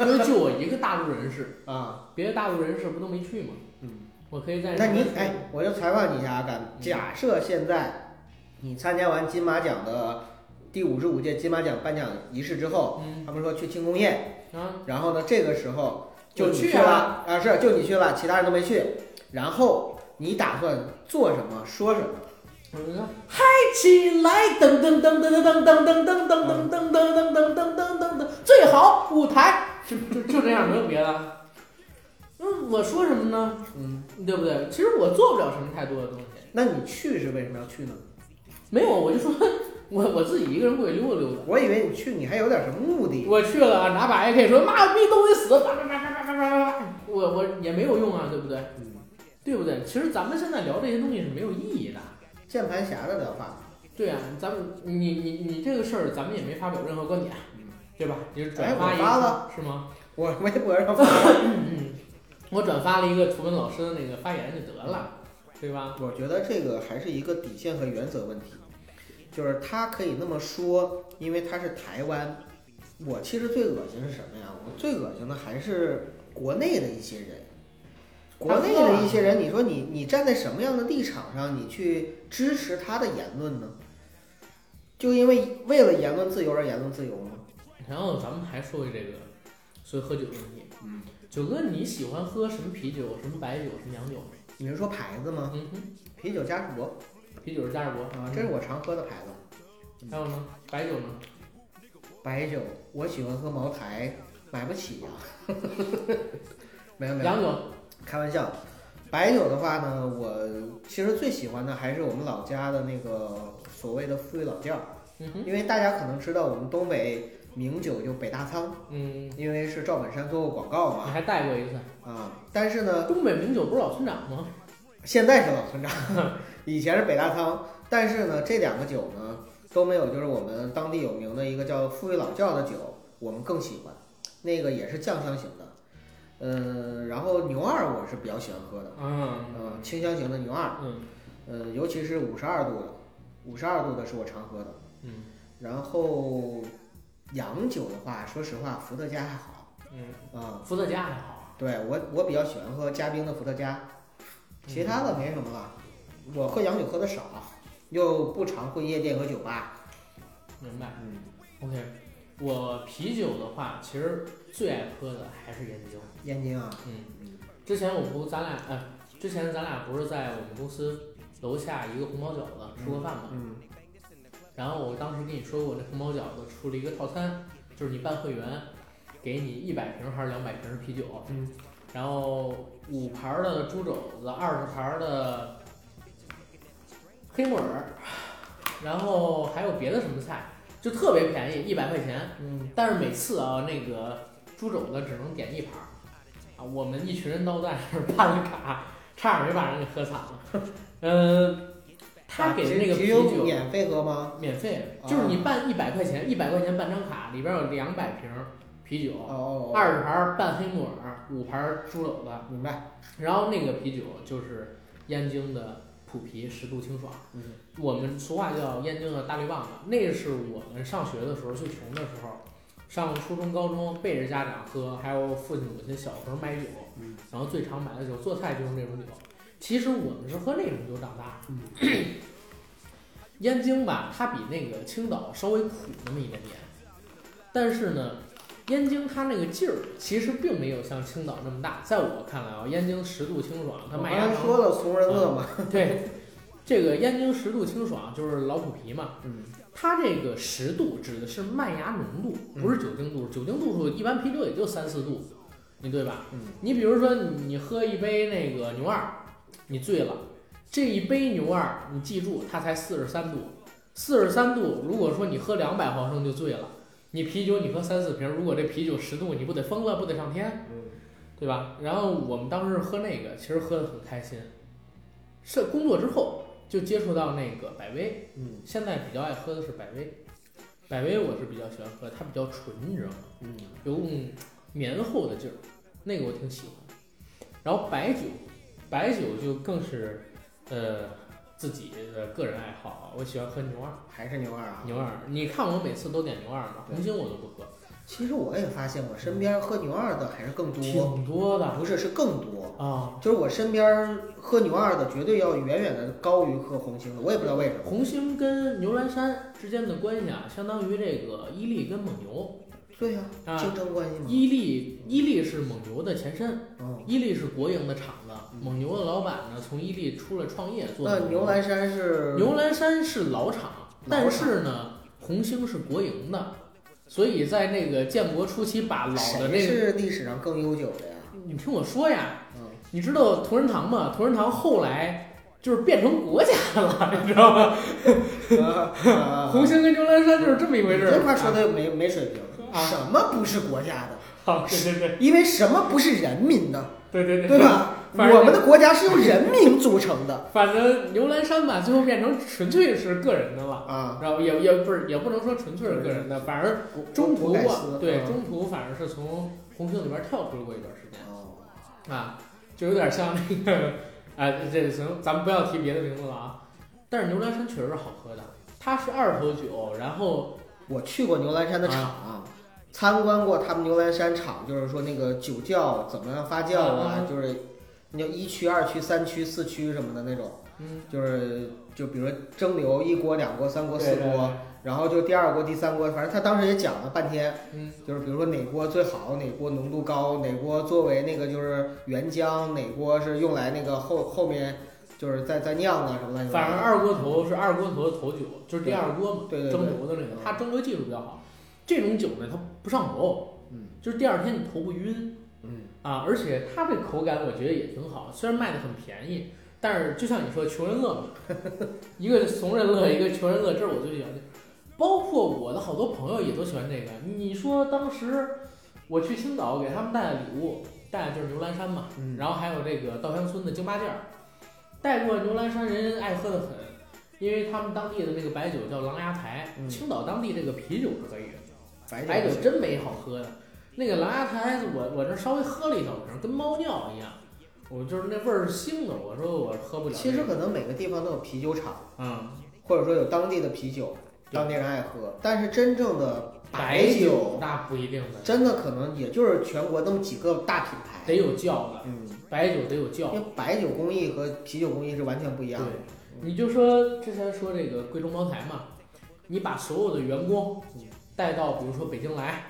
Speaker 1: 因为就我一个大陆人士，
Speaker 4: 啊，
Speaker 1: 别的大陆人士不都没去吗？
Speaker 4: 嗯，
Speaker 1: 我可以在
Speaker 4: 那你哎，我就采访你一下，阿甘，
Speaker 1: 嗯
Speaker 4: 假设现在你参加完金马奖的第五十五届金马奖颁奖仪式之后，
Speaker 1: 嗯
Speaker 4: 他们说去庆功宴。
Speaker 1: 啊，
Speaker 4: 然后呢，这个时候就
Speaker 1: 我
Speaker 4: 你
Speaker 1: 去
Speaker 4: 了啊是就你去了，其他人都没去。然后你打算做什么，说什么？
Speaker 1: 我说嗨起来，噔噔噔噔噔噔噔噔噔噔噔噔噔噔噔噔噔噔，最好舞台就就就这样，没有别的。嗯，我说什么呢？
Speaker 4: 嗯，
Speaker 1: 对不对？其实我做不了什么太多的东西，
Speaker 4: 那你去是为什么要去呢？
Speaker 1: 没有，我就说我我自己一个人过去溜达溜达。
Speaker 4: 我以为你去你还有点什么目的。
Speaker 1: 我去了，啊拿把 AK 说妈逼都得死，叭叭叭叭叭叭叭叭，我我也没有用啊，对不对？
Speaker 4: 嗯，
Speaker 1: 对不对？其实咱们现在聊这些东西是没有意义的。
Speaker 4: 键盘侠的聊法，
Speaker 1: 对啊，咱们你你你这个事儿，咱们也没发表任何观点，对吧？你是
Speaker 4: 哎
Speaker 1: 转
Speaker 4: 我
Speaker 1: 发一个、
Speaker 4: 发了
Speaker 1: 是吗？
Speaker 4: 我微博上发，
Speaker 1: 我转发了一个图文老师的那个发言就得了，对吧？
Speaker 4: 我觉得这个还是一个底线和原则问题，就是他可以那么说，因为他是台湾。我其实最恶心是什么呀？我最恶心的还是国内的一些人，国内的一些人，你说你你站在什么样的立场上，你去支持他的言论呢？就因为为了言论自由而言论自由吗？
Speaker 1: 然后咱们还说回这个，所以喝酒的问题。
Speaker 4: 嗯，
Speaker 1: 九哥，你喜欢喝什么啤酒？什么白酒？什么洋酒？
Speaker 4: 你是说牌子吗？
Speaker 1: 嗯哼，
Speaker 4: 啤酒嘉士伯
Speaker 1: 啤酒是嘉士伯
Speaker 4: 啊，这是我常喝的牌子。
Speaker 1: 还有呢，白酒呢？
Speaker 4: 白酒，我喜欢喝茅台，买不起呀、 *laughs* 没有没有，
Speaker 1: 杨总，
Speaker 4: 开玩笑。白酒的话呢，我其实最喜欢的还是我们老家的那个所谓的富裕老窖儿，
Speaker 1: 嗯哼，
Speaker 4: 因为大家可能知道我们东北名酒就北大仓，
Speaker 1: 嗯，
Speaker 4: 因为是赵本山做过广告
Speaker 1: 你
Speaker 4: 嘛
Speaker 1: 还带过一次。
Speaker 4: 啊。但是呢，
Speaker 1: 东北名酒不是老村长吗？
Speaker 4: 现在是老村长， *laughs* 以前是北大仓，但是呢，这两个酒呢都没有，就是我们当地有名的一个叫富裕老窖的酒，我们更喜欢，那个也是酱香型的，嗯，然后牛二我是比较喜欢喝的，
Speaker 1: 嗯
Speaker 4: 嗯，清香型的牛二，
Speaker 1: 嗯
Speaker 4: 嗯，尤其是五十二度的，五十二度的是我常喝的，
Speaker 1: 嗯
Speaker 4: 然后洋酒的话，说实话，伏特加还好，
Speaker 1: 嗯，
Speaker 4: 啊、
Speaker 1: 伏特加还好。
Speaker 4: 对我我比较喜欢喝加冰的伏特加，其他
Speaker 1: 嗯
Speaker 4: 的没什么了。我喝洋酒喝的少，又不常会夜店和酒吧。
Speaker 1: 明白。
Speaker 4: 嗯，
Speaker 1: OK，我啤酒的话，其实最爱喝的还是燕京。
Speaker 4: 燕京啊，
Speaker 1: 嗯，之前我不咱俩，哎，之前咱俩不是在我们公司楼下一个红包饺子吃过饭嘛？
Speaker 4: 嗯
Speaker 1: 然后我当时跟你说过，那红包饺子出了一个套餐，就是你办会员，给你一百瓶还是两百瓶啤酒，
Speaker 4: 嗯，
Speaker 1: 然后五盘儿的猪肘子，二十盘儿的黑木耳，然后还有别的什么菜，就特别便宜，一百块钱。
Speaker 4: 嗯
Speaker 1: 但是每次啊，那个猪肘子只能点一盘儿啊，我们一群人都在那儿 *laughs* 办了卡，差点没把人给喝惨了。 *laughs* 嗯，他给的那个
Speaker 4: 啊只
Speaker 1: 啤
Speaker 4: 只
Speaker 1: 酒
Speaker 4: 有免费喝吗？
Speaker 1: 免费，
Speaker 4: 啊
Speaker 1: 就是你办一百块钱，一百块钱办张卡，里边有两百瓶啤酒，
Speaker 4: 哦，
Speaker 1: 二十盘半黑木耳，五盘猪肘子，
Speaker 4: 明白。
Speaker 1: 然后那个啤酒就是燕京的普啤，十度清爽。
Speaker 4: 嗯
Speaker 1: 我们俗话叫燕京的大绿棒子，那是我们上学的时候最穷的时候，上初中、高中背着家长喝，还有父亲母亲小时候买酒，
Speaker 4: 嗯
Speaker 1: 然后最常买的酒做菜就是那种酒。其实我们是喝那种酒长大的。
Speaker 4: 嗯
Speaker 1: *clears throat* 燕京吧，它比那个青岛稍微苦那么一点点，但是呢，燕京它那个劲儿其实并没有像青岛那么大。在我看来啊，燕京十度清爽，它
Speaker 4: 我
Speaker 1: 麦
Speaker 4: 刚
Speaker 1: 芽
Speaker 4: 才
Speaker 1: 糖
Speaker 4: 说了怂
Speaker 1: 嗯
Speaker 4: 人乐嘛。
Speaker 1: 对，这个燕京十度清爽就是老虎皮嘛，
Speaker 4: 嗯
Speaker 1: 它这个十度指的是麦芽浓度，
Speaker 4: 嗯
Speaker 1: 不是酒精度。酒精度数一般啤酒也就三四度，你对吧？
Speaker 4: 嗯
Speaker 1: 你比如说你你喝一杯那个牛二，你醉了，这一杯牛二你记住它才四十三度，四十三度如果说你喝两百毫升就醉了，你啤酒你喝三四瓶，如果这啤酒十度你不得疯了，不得上天？
Speaker 4: 嗯
Speaker 1: 对吧？然后我们当时喝那个，其实喝的很开心。是工作之后就接触到那个百威，
Speaker 4: 嗯
Speaker 1: 现在比较爱喝的是百威。百威我是比较喜欢喝，它比较纯，你知道吗？
Speaker 4: 嗯，
Speaker 1: 有种绵厚的劲儿，那个我挺喜欢。然后白酒，白酒就更是呃自己的个人爱好啊，我喜欢喝牛二。
Speaker 4: 还是牛二啊。
Speaker 1: 牛二，你看我每次都点牛二嘛，
Speaker 4: 对
Speaker 1: 红星我都不喝，
Speaker 4: 其实我也发现，我
Speaker 1: 嗯
Speaker 4: 身边喝牛二的还是更多，
Speaker 1: 挺多的
Speaker 4: 不是是更多。
Speaker 1: 啊。
Speaker 4: 就是我身边喝牛二的，绝对要远远的高于喝红星的，我也不知道为什么。
Speaker 1: 红星跟牛栏山之间的关系啊，相当于这个伊利跟蒙牛。
Speaker 4: 对呀、
Speaker 1: 啊
Speaker 4: 竞争关系嘛。
Speaker 1: 伊利伊利是蒙牛的前身，
Speaker 4: 嗯，
Speaker 1: 伊利是国营的厂子，
Speaker 4: 嗯
Speaker 1: 蒙牛的老板呢从伊利出来创业做
Speaker 4: 那
Speaker 1: 的蒙牛。
Speaker 4: 呃牛栏山是
Speaker 1: 牛栏山是老厂，但是呢，红星是国营的，所以在那个建国初期把老的
Speaker 4: 谁
Speaker 1: 那个，
Speaker 4: 是历史上更悠久的呀？
Speaker 1: 你听我说呀，
Speaker 4: 嗯，
Speaker 1: 你知道同仁堂吗？同仁堂后来就是变成国家了， *laughs* 你知道吗？ *laughs* 啊红星跟牛栏山就是这么一回
Speaker 4: 啊你
Speaker 1: 事儿。
Speaker 4: 这块说的没没水平
Speaker 1: 啊，
Speaker 4: 什么不是国家的？
Speaker 1: 好，对对对
Speaker 4: 因为什么不是人民的，
Speaker 1: 对对对
Speaker 4: 对？吧？
Speaker 1: 反正
Speaker 4: 我们的国家是由人民组
Speaker 1: *laughs*
Speaker 4: 成的
Speaker 1: 反正牛栏山吧，最后变成纯粹是个人的了，
Speaker 4: 啊。
Speaker 1: 然后也也不是也不能说纯粹是个人的，反而中途
Speaker 4: 国改
Speaker 1: 啊
Speaker 4: 思，
Speaker 1: 对
Speaker 4: 嗯
Speaker 1: 中途反而是从红星里边跳出过一段时间
Speaker 4: 哦
Speaker 1: 啊，就有点像那个啊，这行，咱们不要提别的名字了啊。但是牛栏山确实是好喝的，它是二手酒，然后
Speaker 4: 我去过牛栏山
Speaker 1: 啊
Speaker 4: 的厂，啊参观过他们牛栏山厂，就是说那个酒窖怎么样发酵
Speaker 1: 嗯
Speaker 4: 啊，
Speaker 1: 嗯
Speaker 4: 就是你要一区、二区、三区、四区什么的那种。
Speaker 1: 嗯，
Speaker 4: 就是就比如蒸馏一锅、两锅、三锅、四
Speaker 1: 对对
Speaker 4: 锅，然后就第二锅、第三锅，反正他当时也讲了半天，
Speaker 1: 嗯
Speaker 4: 就是比如说哪锅最好，哪锅浓度高，哪锅作为那个就是原浆，哪锅是用来那个后后面就是再再酿啊什么的。
Speaker 1: 反正二锅头是二锅头的头酒，就是第二锅嘛，
Speaker 4: 对对对
Speaker 1: 蒸馏的那个，
Speaker 4: 嗯
Speaker 1: 它蒸馏技术比较好。这种酒呢，它不上头，
Speaker 4: 嗯，
Speaker 1: 就是第二天你头不晕
Speaker 4: 嗯
Speaker 1: 啊，而且它这口感我觉得也挺好，虽然卖的很便宜，但是就像你说穷人
Speaker 4: *laughs*
Speaker 1: 乐嘛，一个怂人乐，一个穷人乐，这是我最喜欢的。包括我的好多朋友也都喜欢这个。你说当时我去青岛给他们带的礼物，带的就是牛栏山嘛，
Speaker 4: 嗯，
Speaker 1: 然后还有这个稻香村的京八件儿，带过牛栏山人爱喝的很，因为他们当地的那个白酒叫狼牙台，
Speaker 4: 嗯
Speaker 1: 青岛当地这个啤酒可以，
Speaker 4: 白
Speaker 1: 白酒
Speaker 4: 酒
Speaker 1: 真没好喝的。那个狼牙台我我这稍微喝了一小瓶，跟猫尿一样，我就是那味儿是腥的，我说我喝不了这
Speaker 4: 其
Speaker 1: 个。
Speaker 4: 实可能每个地方都有啤酒厂，
Speaker 1: 嗯，
Speaker 4: 或者说有当地的啤酒，
Speaker 1: 对
Speaker 4: 当地人爱喝。但是真正的
Speaker 1: 嗯白
Speaker 4: 酒，
Speaker 1: 那不一定的，
Speaker 4: 真的可能也就是全国那么几个大品牌。
Speaker 1: 得有窖的，
Speaker 4: 嗯，
Speaker 1: 白酒得有窖
Speaker 4: 因。为白酒工艺和啤酒工艺是完全不一
Speaker 1: 对
Speaker 4: 样的。，
Speaker 1: 你就说之前说这个贵州茅台嘛，你把所有的员工带到，比如说北京来，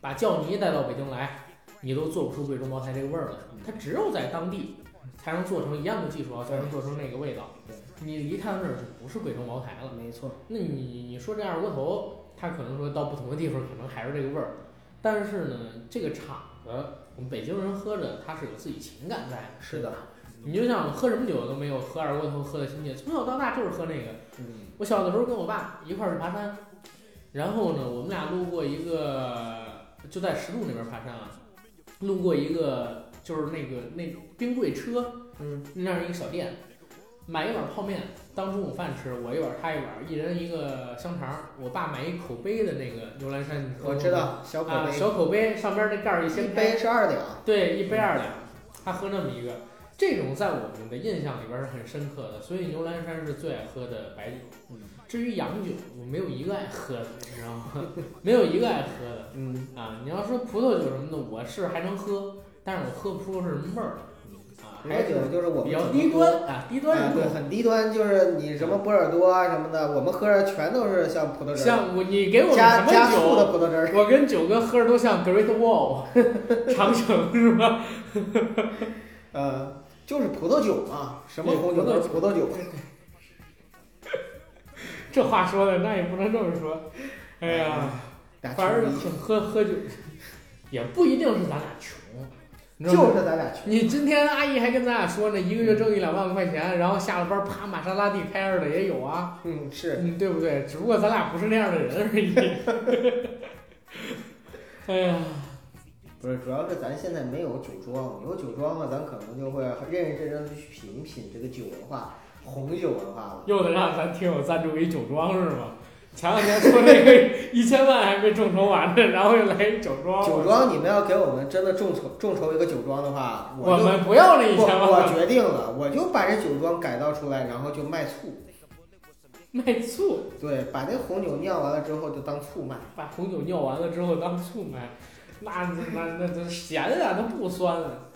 Speaker 1: 把教泥带到北京来，你都做不出贵州茅台这个味儿来。它只有在当地才能做成一样的技术啊，才能做成那个味道。你离开那儿就不是贵州茅台了。
Speaker 4: 没错，
Speaker 1: 那你你说这二锅头，它可能说到不同的地方可能还是这个味儿，但是呢，这个厂子我们北京人喝着它是有自己情感在的。
Speaker 4: 是的
Speaker 1: 对吧，你就像喝什么酒都没有喝二锅头喝的亲切，从小到大就是喝那个。
Speaker 4: 嗯，
Speaker 1: 我小的时候跟我爸一块儿去爬山，然后呢，我们俩路过一个，就在石柱那边爬山啊，路过一个就是那个那种冰柜车，
Speaker 4: 嗯，
Speaker 1: 那样一个小店，买一碗泡面当中午饭吃，我一碗他一碗，一人一个香肠。我爸买一口杯的那个牛栏山，你喝过
Speaker 4: 嗯我
Speaker 1: 吗
Speaker 4: 知道小口
Speaker 1: 啊，
Speaker 4: 杯，
Speaker 1: 小口杯上边那盖儿一掀
Speaker 4: 一
Speaker 1: 开，
Speaker 4: 杯是二两，
Speaker 1: 对，一杯
Speaker 4: 嗯
Speaker 1: 二两，他喝那么一个，这种在我们的印象里边是很深刻的，所以牛栏山是最爱喝的白酒。
Speaker 4: 嗯
Speaker 1: 至于洋酒，我没有一个爱喝的，你知道吗？ *laughs* 没有一个爱喝的
Speaker 4: 嗯，
Speaker 1: 啊！你要说葡萄酒什么的，我是还能喝，但是我喝不出是什么味儿来啊，
Speaker 4: 白
Speaker 1: 还是
Speaker 4: 酒就是我们
Speaker 1: 比较
Speaker 4: 怎么
Speaker 1: 低
Speaker 4: 喝
Speaker 1: 端啊，低端
Speaker 4: 啊，
Speaker 1: 人
Speaker 4: 对，
Speaker 1: 种。
Speaker 4: 很低端，就是你什么波尔多啊什么的，我们喝着全都是像葡萄汁儿，
Speaker 1: 像我，你给我们什
Speaker 4: 加加
Speaker 1: 么
Speaker 4: 醋的
Speaker 1: 酒？
Speaker 4: 葡萄汁儿。
Speaker 1: 我跟九哥喝着都像 Great Wall *laughs* 长城是吧？
Speaker 4: 呃，就是葡萄酒嘛，什么
Speaker 1: 对
Speaker 4: 红酒
Speaker 1: 葡萄
Speaker 4: 都是葡萄酒。
Speaker 1: 这话说的那也不能这么说，哎呀。
Speaker 4: 俩
Speaker 1: 反
Speaker 4: 穷
Speaker 1: 正
Speaker 4: 逼
Speaker 1: 喝喝酒，也不一定是咱俩穷，你知道
Speaker 4: 就
Speaker 1: 吗？
Speaker 4: 是咱俩穷。
Speaker 1: 你今天阿姨还跟咱俩说呢，一个月挣一两万块钱，然后下了班啪玛莎拉蒂开着的也有啊，
Speaker 4: 嗯，是
Speaker 1: 嗯，对不对？只不过咱俩不是那样的人而已。 *laughs* 哎呀，
Speaker 4: 不是？主要是咱现在没有酒庄，有酒庄了，咱可能就会认认真真的去品一品这个酒文化，红酒文化了。
Speaker 1: 又能让咱听友赞助一酒庄是吗？前两天说那个一千万还没众筹完呢，然后又来一酒庄，
Speaker 4: 酒庄，你们要给我们真的众筹众筹一个酒庄的话，
Speaker 1: 我
Speaker 4: 就
Speaker 1: 们不要那一
Speaker 4: 我
Speaker 1: 千万
Speaker 4: 我
Speaker 1: 了，
Speaker 4: 决定了，我就把这酒庄改造出来，然后就卖醋。
Speaker 1: 卖醋。
Speaker 4: 对，把那红酒酿完了之后就当醋卖。
Speaker 1: 把红酒尿完了之后当醋卖，那那那那咸啊，它不酸啊。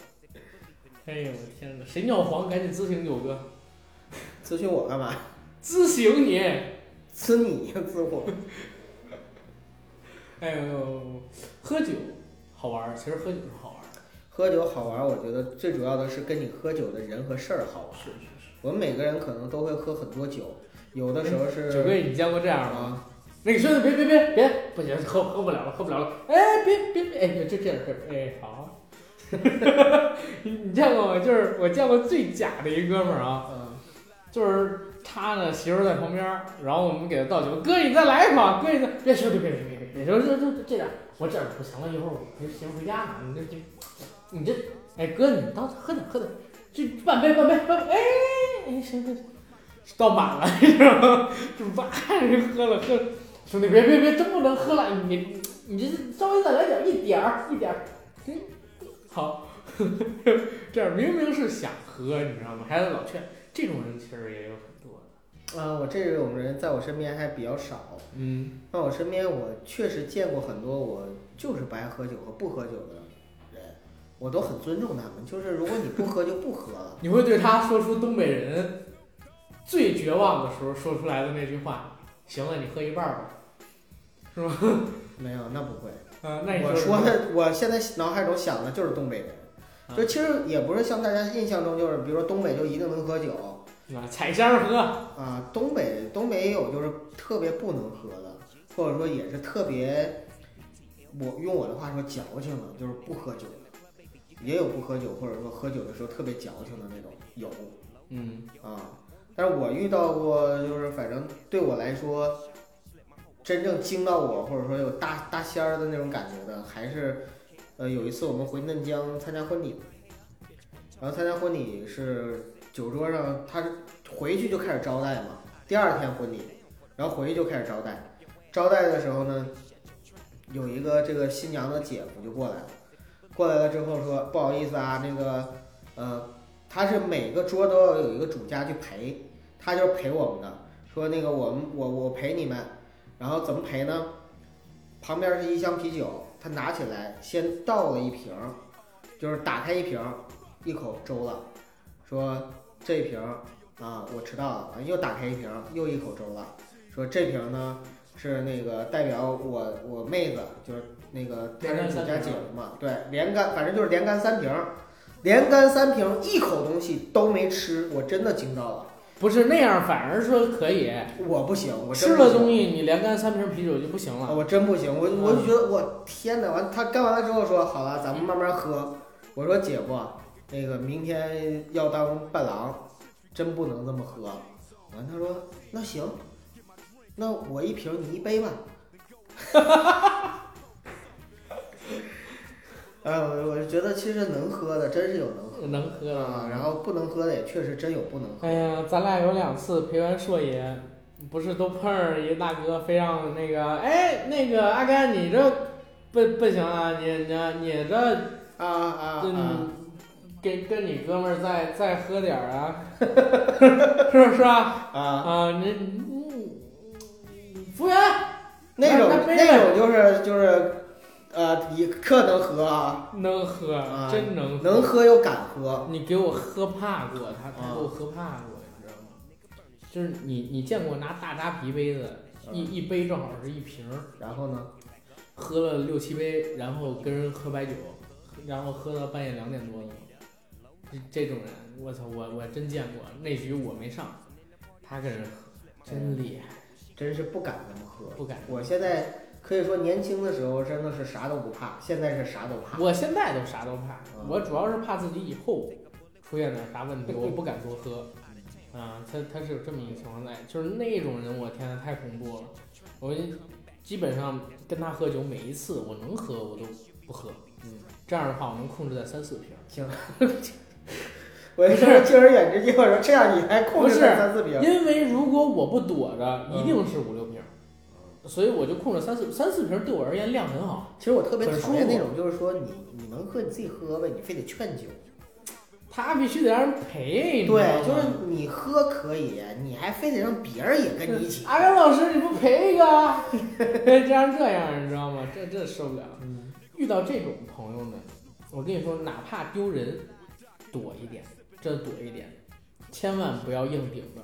Speaker 1: 哎呦我天哪，谁尿黄赶紧咨询九哥，
Speaker 4: 咨询我干嘛？ *laughs*
Speaker 1: 咨询你。
Speaker 4: 咨你 *laughs* 咨我。
Speaker 1: 哎呦，喝酒好玩儿，其实喝酒是好玩儿的。
Speaker 4: 喝酒好玩，我觉得最主要的是跟你喝酒的人和事儿好玩。
Speaker 1: 是是
Speaker 4: 我们每个人可能都会喝很多酒，有的时候是
Speaker 1: 九哥，你见过这样吗？
Speaker 4: 啊，
Speaker 1: 那个兄弟，别别别别，不行，喝喝不了了，喝不了了。哎，别别别，哎，就这样这样，哎，好。你你见过吗？就是我见过最假的一哥们儿啊，
Speaker 4: 嗯，
Speaker 1: 就是他呢，媳妇儿在旁边儿，然后我们给他倒酒，哥你再来一款，哥你再别兄弟别别别别别，就就就就这样，我这样不行了，一会儿我陪媳妇儿回家呢，你这这你这，哎哥你倒喝点喝点，这半杯半杯半杯，哎哎行行行，倒满了，你知道吗？就哇喝了喝了，兄弟别别别，真不能喝了，你你这稍微再来点一点儿一点儿，嗯好， *laughs* 这样明明是想喝，你知道吗？还得老劝。这种人其实也有很多的。
Speaker 4: 啊，我这种人在我身边还比较少。
Speaker 1: 嗯，
Speaker 4: 那我身边我确实见过很多我就是不爱喝酒和不喝酒的人，我都很尊重他们。就是如果你不喝就不喝了，
Speaker 1: 你会对他说出东北人最绝望的时候说出来的那句话：“行了，你喝一半吧。
Speaker 4: 没有那不会。”
Speaker 1: 呃，那你
Speaker 4: 我
Speaker 1: 说
Speaker 4: 说
Speaker 1: 什么，
Speaker 4: 的，我现在脑海中想的就是东北人，
Speaker 1: 啊
Speaker 4: 就其实也不是像大家印象中就是，比如说东北就一定能喝酒
Speaker 1: 啊采香儿喝，
Speaker 4: 啊，东北东北也有就是特别不能喝的，或者说也是特别我用我的话说矫情的，就是不喝酒的，也有不喝酒，或者说喝酒的时候特别矫情的那种，有
Speaker 1: 嗯
Speaker 4: 啊。但是我遇到过，就是反正对我来说，真正惊到我，或者说有大大仙儿的那种感觉的，还是呃有一次我们回嫩江参加婚礼，然后参加婚礼是酒桌上，他是回去就开始招待嘛，第二天婚礼，然后回去就开始招待，招待的时候呢，有一个这个新娘的姐夫就过来了，过来了之后说不好意思啊，那个呃他是每个桌都要有一个主家去陪，他就是陪我们的，说那个我们我我陪你们，然后怎么陪呢？旁边是一箱啤酒，他拿起来先倒了一瓶儿，就是打开一瓶儿，一口粥了，说这一瓶儿啊我吃到了，又打开一瓶儿，又一口粥了，说这瓶儿呢是那个代表我我妹子，就是那个她是主家姐夫嘛，对，连干反正就是连干三瓶儿。连干三瓶，一口东西都没吃，我真的惊到了。
Speaker 1: 不是那样，反而说可以
Speaker 4: 我不行，我真
Speaker 1: 吃
Speaker 4: 不
Speaker 1: 了
Speaker 4: 行
Speaker 1: 东西，你连干三瓶啤酒就不行
Speaker 4: 啊
Speaker 1: 了。
Speaker 4: 我真不行，我我就觉得我天哪！完他干完了之后说好了，咱们慢慢喝。我说姐夫，啊那个明天要当伴郎，真不能这么喝。完他说那行，那我一瓶你一杯吧。 *laughs* 哎，我我就觉得其实能喝的真是有能喝
Speaker 1: 能喝
Speaker 4: 的
Speaker 1: 了
Speaker 4: 啊，
Speaker 1: 吗？
Speaker 4: 然后不能喝的也确实真有不能喝的。
Speaker 1: 哎呀，咱俩有两次陪完硕爷，不是都碰上一大哥，非让那个，哎，那个阿甘，你这不不行啊，你你你这
Speaker 4: 啊啊啊！
Speaker 1: 嗯，跟跟你哥们儿再再喝点儿啊， *laughs* 是不是啊？
Speaker 4: 啊，
Speaker 1: 啊，你你服务员，
Speaker 4: 那种
Speaker 1: 那杯
Speaker 4: 那种就是就是，呃，一克能喝啊，
Speaker 1: 能喝，
Speaker 4: 啊
Speaker 1: 真能喝，
Speaker 4: 能喝又敢喝，
Speaker 1: 你给我喝怕过，他他
Speaker 4: 啊
Speaker 1: 给我喝怕过，你知道吗？就是你你见过拿大扎啤杯子，一一杯正好是一瓶儿，
Speaker 4: 然后呢，
Speaker 1: 喝了六七杯，然后跟人喝白酒，然后喝到半夜两点多的吗？这这种人，我操，我我真见过。那局我没上，他跟人喝，真厉害，
Speaker 4: 真是不敢那么喝。
Speaker 1: 不敢。
Speaker 4: 我现在可以说年轻的时候真的是啥都不怕，现在是啥都怕。
Speaker 1: *laughs* 我现在都啥都怕
Speaker 4: 嗯，
Speaker 1: 我主要是怕自己以后出现点啥问题，
Speaker 4: *laughs*
Speaker 1: 我不敢多喝。啊，他他是有这么一个情况在，就是那种人，我天呐，太恐怖了。我就基本上跟他喝酒，每一次我能喝我都不喝，
Speaker 4: 嗯，
Speaker 1: 这样的话我能控制在三四瓶。
Speaker 4: 我就是敬而远之，结果说这样你还控制
Speaker 1: 不是
Speaker 4: 在三四瓶，
Speaker 1: 因为如果我不躲着，
Speaker 4: 啊嗯
Speaker 1: 一定是五六瓶儿，所以我就控制三四三四瓶，对我而言量很好。
Speaker 4: 其实我特别讨厌
Speaker 1: 很舒服
Speaker 4: 那种，就是说你你能喝你自己喝呗，你非得劝酒。
Speaker 1: 他必须得让人陪，你知道吗
Speaker 4: 对，就是你喝可以，你还非得让别人也跟你一起。
Speaker 1: 阿甘老师，你不陪一个啊， *laughs* 这样这样，你知道吗？这这受不了。
Speaker 4: 嗯
Speaker 1: 遇到这种朋友呢，我跟你说，哪怕丢人，躲一点，这躲一点，千万不要硬顶着，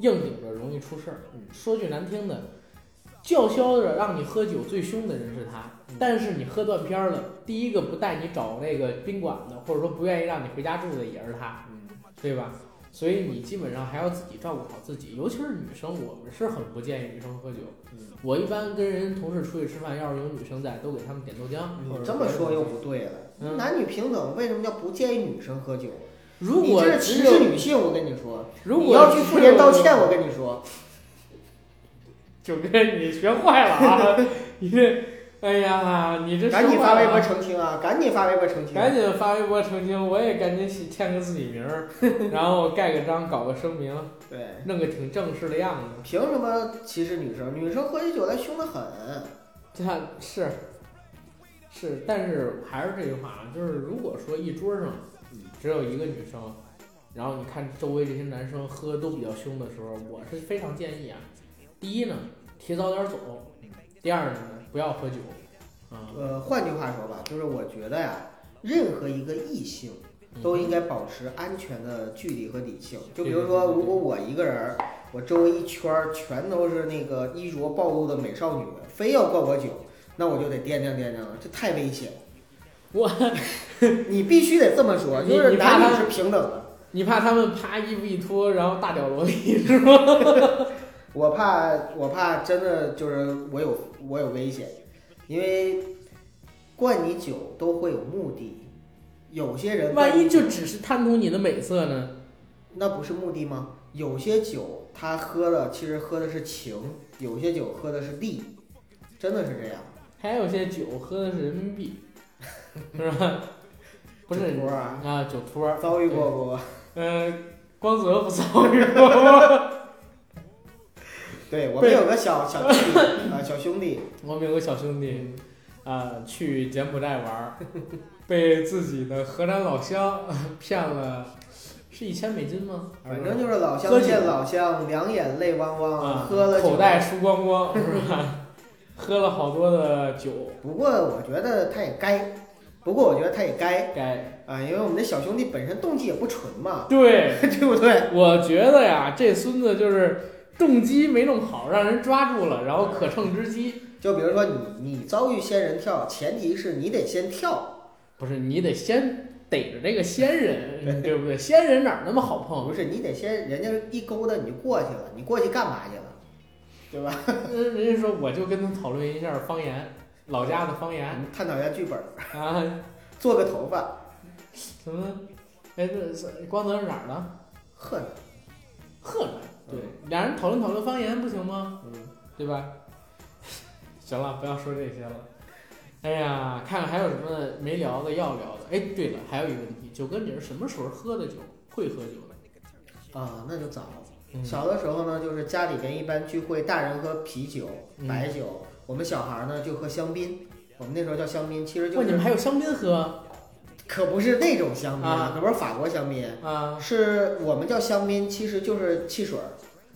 Speaker 1: 硬顶着容易出事儿。
Speaker 4: 嗯
Speaker 1: 说句难听的，叫嚣着让你喝酒最凶的人是他，
Speaker 4: 嗯
Speaker 1: 但是你喝断片儿了，第一个不带你找那个宾馆的，或者说不愿意让你回家住的也是他，
Speaker 4: 嗯，
Speaker 1: 对吧？所以你基本上还要自己照顾好自己，尤其是女生，我们是很不建议女生喝酒。
Speaker 4: 嗯
Speaker 1: 我一般跟人同事出去吃饭，要是有女生在，都给他们点豆浆。或者
Speaker 4: 嗯你这么说又不对了，
Speaker 1: 嗯
Speaker 4: 男女平等，为什么叫不建议女生喝酒？
Speaker 1: 如
Speaker 4: 你
Speaker 1: 果
Speaker 4: 这是
Speaker 1: 只
Speaker 4: 歧
Speaker 1: 有
Speaker 4: 视女性，我跟你说，
Speaker 1: 如果
Speaker 4: 你要去妇联道歉，我
Speaker 1: 跟
Speaker 4: 跟你说，
Speaker 1: *laughs* 九哥你学坏了啊！
Speaker 4: *laughs*
Speaker 1: 你这，哎呀，你这
Speaker 4: 赶紧
Speaker 1: 学
Speaker 4: 发
Speaker 1: 坏
Speaker 4: 微
Speaker 1: 了
Speaker 4: 博
Speaker 1: 啊，
Speaker 4: 澄清啊！赶紧发微博澄
Speaker 1: *laughs*
Speaker 4: 清，
Speaker 1: 赶紧发微博澄清，我也赶紧写签个自己名儿， *laughs* 然后盖个章，搞个声明，
Speaker 4: 对。
Speaker 1: 弄个挺正式的样子。
Speaker 4: 凭什么歧视女生？女生喝起酒来凶得很。
Speaker 1: 这样是是，但是还是这句话啊，就是如果说一桌上
Speaker 4: 嗯
Speaker 1: 只有一个女生，然后你看周围这些男生喝都比较凶的时候，我是非常建议啊，第一呢，提早点走；第二呢，不要喝酒。啊，
Speaker 4: 呃，换句话说吧，就是我觉得呀，任何一个异性
Speaker 1: 嗯
Speaker 4: 都应该保持安全的距离和理性。就比如说，如果我一个人儿，我周围一圈儿全都是那个衣着暴露的美少女，非要灌我酒，那我就得掂量掂量了，这太危险。
Speaker 1: 我，
Speaker 4: *laughs* 你必须得这么说，
Speaker 1: 你
Speaker 4: 就是
Speaker 1: 你怕
Speaker 4: 男女
Speaker 1: 他
Speaker 4: 是平等的。
Speaker 1: 你怕他们啪衣服一脱，然后大屌萝莉是吗？
Speaker 4: 我怕，我怕真的就是我有我有危险，因为灌你酒都会有目的，有些人灌
Speaker 1: 万一
Speaker 4: 你酒
Speaker 1: 就只是贪图你的美色呢？
Speaker 4: 那不是目的吗？有些酒他喝了，其实喝的是情；有些酒喝的是利，真的是这样。
Speaker 1: 还有些酒喝的是人民币，是吧？不是
Speaker 4: 酒托啊
Speaker 1: 啊，酒托儿
Speaker 4: 遭遇过不？
Speaker 1: 呃，光泽不遭遇过。
Speaker 4: 对我们有个小小弟弟啊，小兄弟，
Speaker 1: 我们有个小兄弟啊、去柬埔寨玩儿，被自己的河南老乡 *laughs* 骗了，是一千美金吗？
Speaker 4: 反正就是老
Speaker 1: 喝
Speaker 4: 乡
Speaker 1: 酒
Speaker 4: 见老乡，两眼泪汪汪，
Speaker 1: 啊，
Speaker 4: 喝了酒
Speaker 1: 口袋。输光光，是吧？ *laughs* 喝了好多的酒，
Speaker 4: 不过我觉得他也该，不过我觉得他也该
Speaker 1: 该
Speaker 4: 啊，因为我们这小兄弟本身动机也不纯嘛， *laughs*
Speaker 1: 对，
Speaker 4: 对不对？
Speaker 1: 我觉得呀，这孙子就是动机没弄好，让人抓住了，然后可乘之机。
Speaker 4: 就比如说你你遭遇仙人跳，前提是你得先跳，
Speaker 1: 不是，你得先逮着这个仙
Speaker 4: *laughs*
Speaker 1: 人，对不对？仙人哪儿那么好碰？
Speaker 4: 不是你得先人家一勾搭你就过去了，你过去干嘛去了？对吧？
Speaker 1: 人呃人家说我就跟他讨论一下方言，老家的方言
Speaker 4: 我们探讨一下剧本，
Speaker 1: 啊，
Speaker 4: 做个头发，
Speaker 1: 什么？哎，这是光泽是哪儿的？
Speaker 4: 呵，
Speaker 1: 河南。对，俩人讨论讨论方言不行吗？
Speaker 4: 嗯，
Speaker 1: 对吧？ *laughs* 行了，不要说这些了。哎呀，看看还有什么没聊的要聊的。哎，对了，还有一个问题，九哥，你是什么时候喝的酒？会喝酒的？
Speaker 4: 啊，那就早。
Speaker 1: 嗯
Speaker 4: 小的时候呢，就是家里边一般聚会，大人喝啤酒、
Speaker 1: 嗯
Speaker 4: 白酒，我们小孩儿呢就喝香槟。我们那时候叫香槟，其实就
Speaker 1: 哇，你们
Speaker 4: 是
Speaker 1: 还有香槟喝
Speaker 4: 可不是那种香槟
Speaker 1: 啊
Speaker 4: 可不是法国香槟，
Speaker 1: 啊？
Speaker 4: 是我们叫香槟，其实就是汽水儿，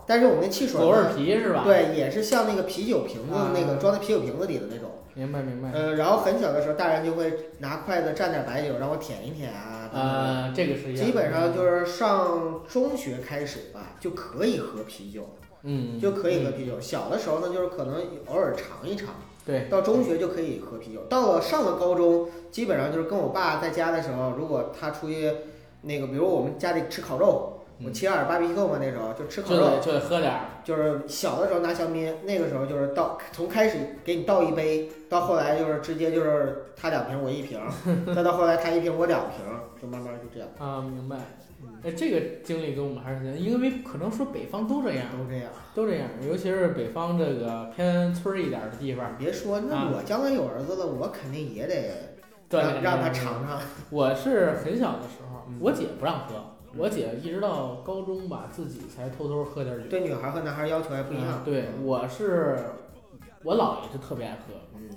Speaker 4: 但是我们那汽水
Speaker 1: 果
Speaker 4: 儿
Speaker 1: 味
Speaker 4: 呢，
Speaker 1: 啤是吧？，
Speaker 4: 对，也是像那个啤酒瓶子
Speaker 1: 啊
Speaker 4: 那个装在啤酒瓶子里的那种。
Speaker 1: 明白明白。
Speaker 4: 呃，然后很小的时候，大人就会拿筷子蘸点白酒让我舔一舔啊，等等
Speaker 1: 啊，这个是一样的
Speaker 4: 基本上就是上中学开始吧，就可以喝啤酒，
Speaker 1: 嗯
Speaker 4: 就可以喝
Speaker 1: 嗯
Speaker 4: 啤酒。小的时候呢，就是可能偶尔尝一尝，
Speaker 1: 对，
Speaker 4: 到中学就可以喝啤酒。到了上了高中，基本上就是跟我爸在家的时候，如果他出去那个，比如我们家里吃烤肉，我
Speaker 1: 嗯
Speaker 4: 切尔巴比扣嘛，那时候就吃烤
Speaker 1: 就
Speaker 4: 肉，
Speaker 1: 得就得喝点儿。
Speaker 4: 就是小的时候拿香槟，那个时候就是倒从开始给你倒一杯，到后来就是直接就是他两瓶我
Speaker 1: *laughs*
Speaker 4: 一瓶，再到后来他一瓶我两瓶，就慢慢就这样，
Speaker 1: 啊，明白
Speaker 4: 嗯。
Speaker 1: 哎，这个经历跟我们还是挺，因为可能说北方都这样，
Speaker 4: 都这样。
Speaker 1: 都这样，尤其是北方这个偏村儿一点儿的地方，
Speaker 4: 别说，
Speaker 1: 啊
Speaker 4: 那我将来有儿子了，我肯定也得
Speaker 1: 锻
Speaker 4: 让
Speaker 1: 炼
Speaker 4: 让他
Speaker 1: 锻炼
Speaker 4: 尝尝。
Speaker 1: 我是很小的时候
Speaker 4: 嗯，
Speaker 1: 我姐不让喝，我姐一直到高中吧，自己才偷偷喝点酒。
Speaker 4: 对女孩和男孩要求还不一
Speaker 1: 啊
Speaker 4: 样。
Speaker 1: 对，我是我姥爷就特别爱喝，
Speaker 4: 嗯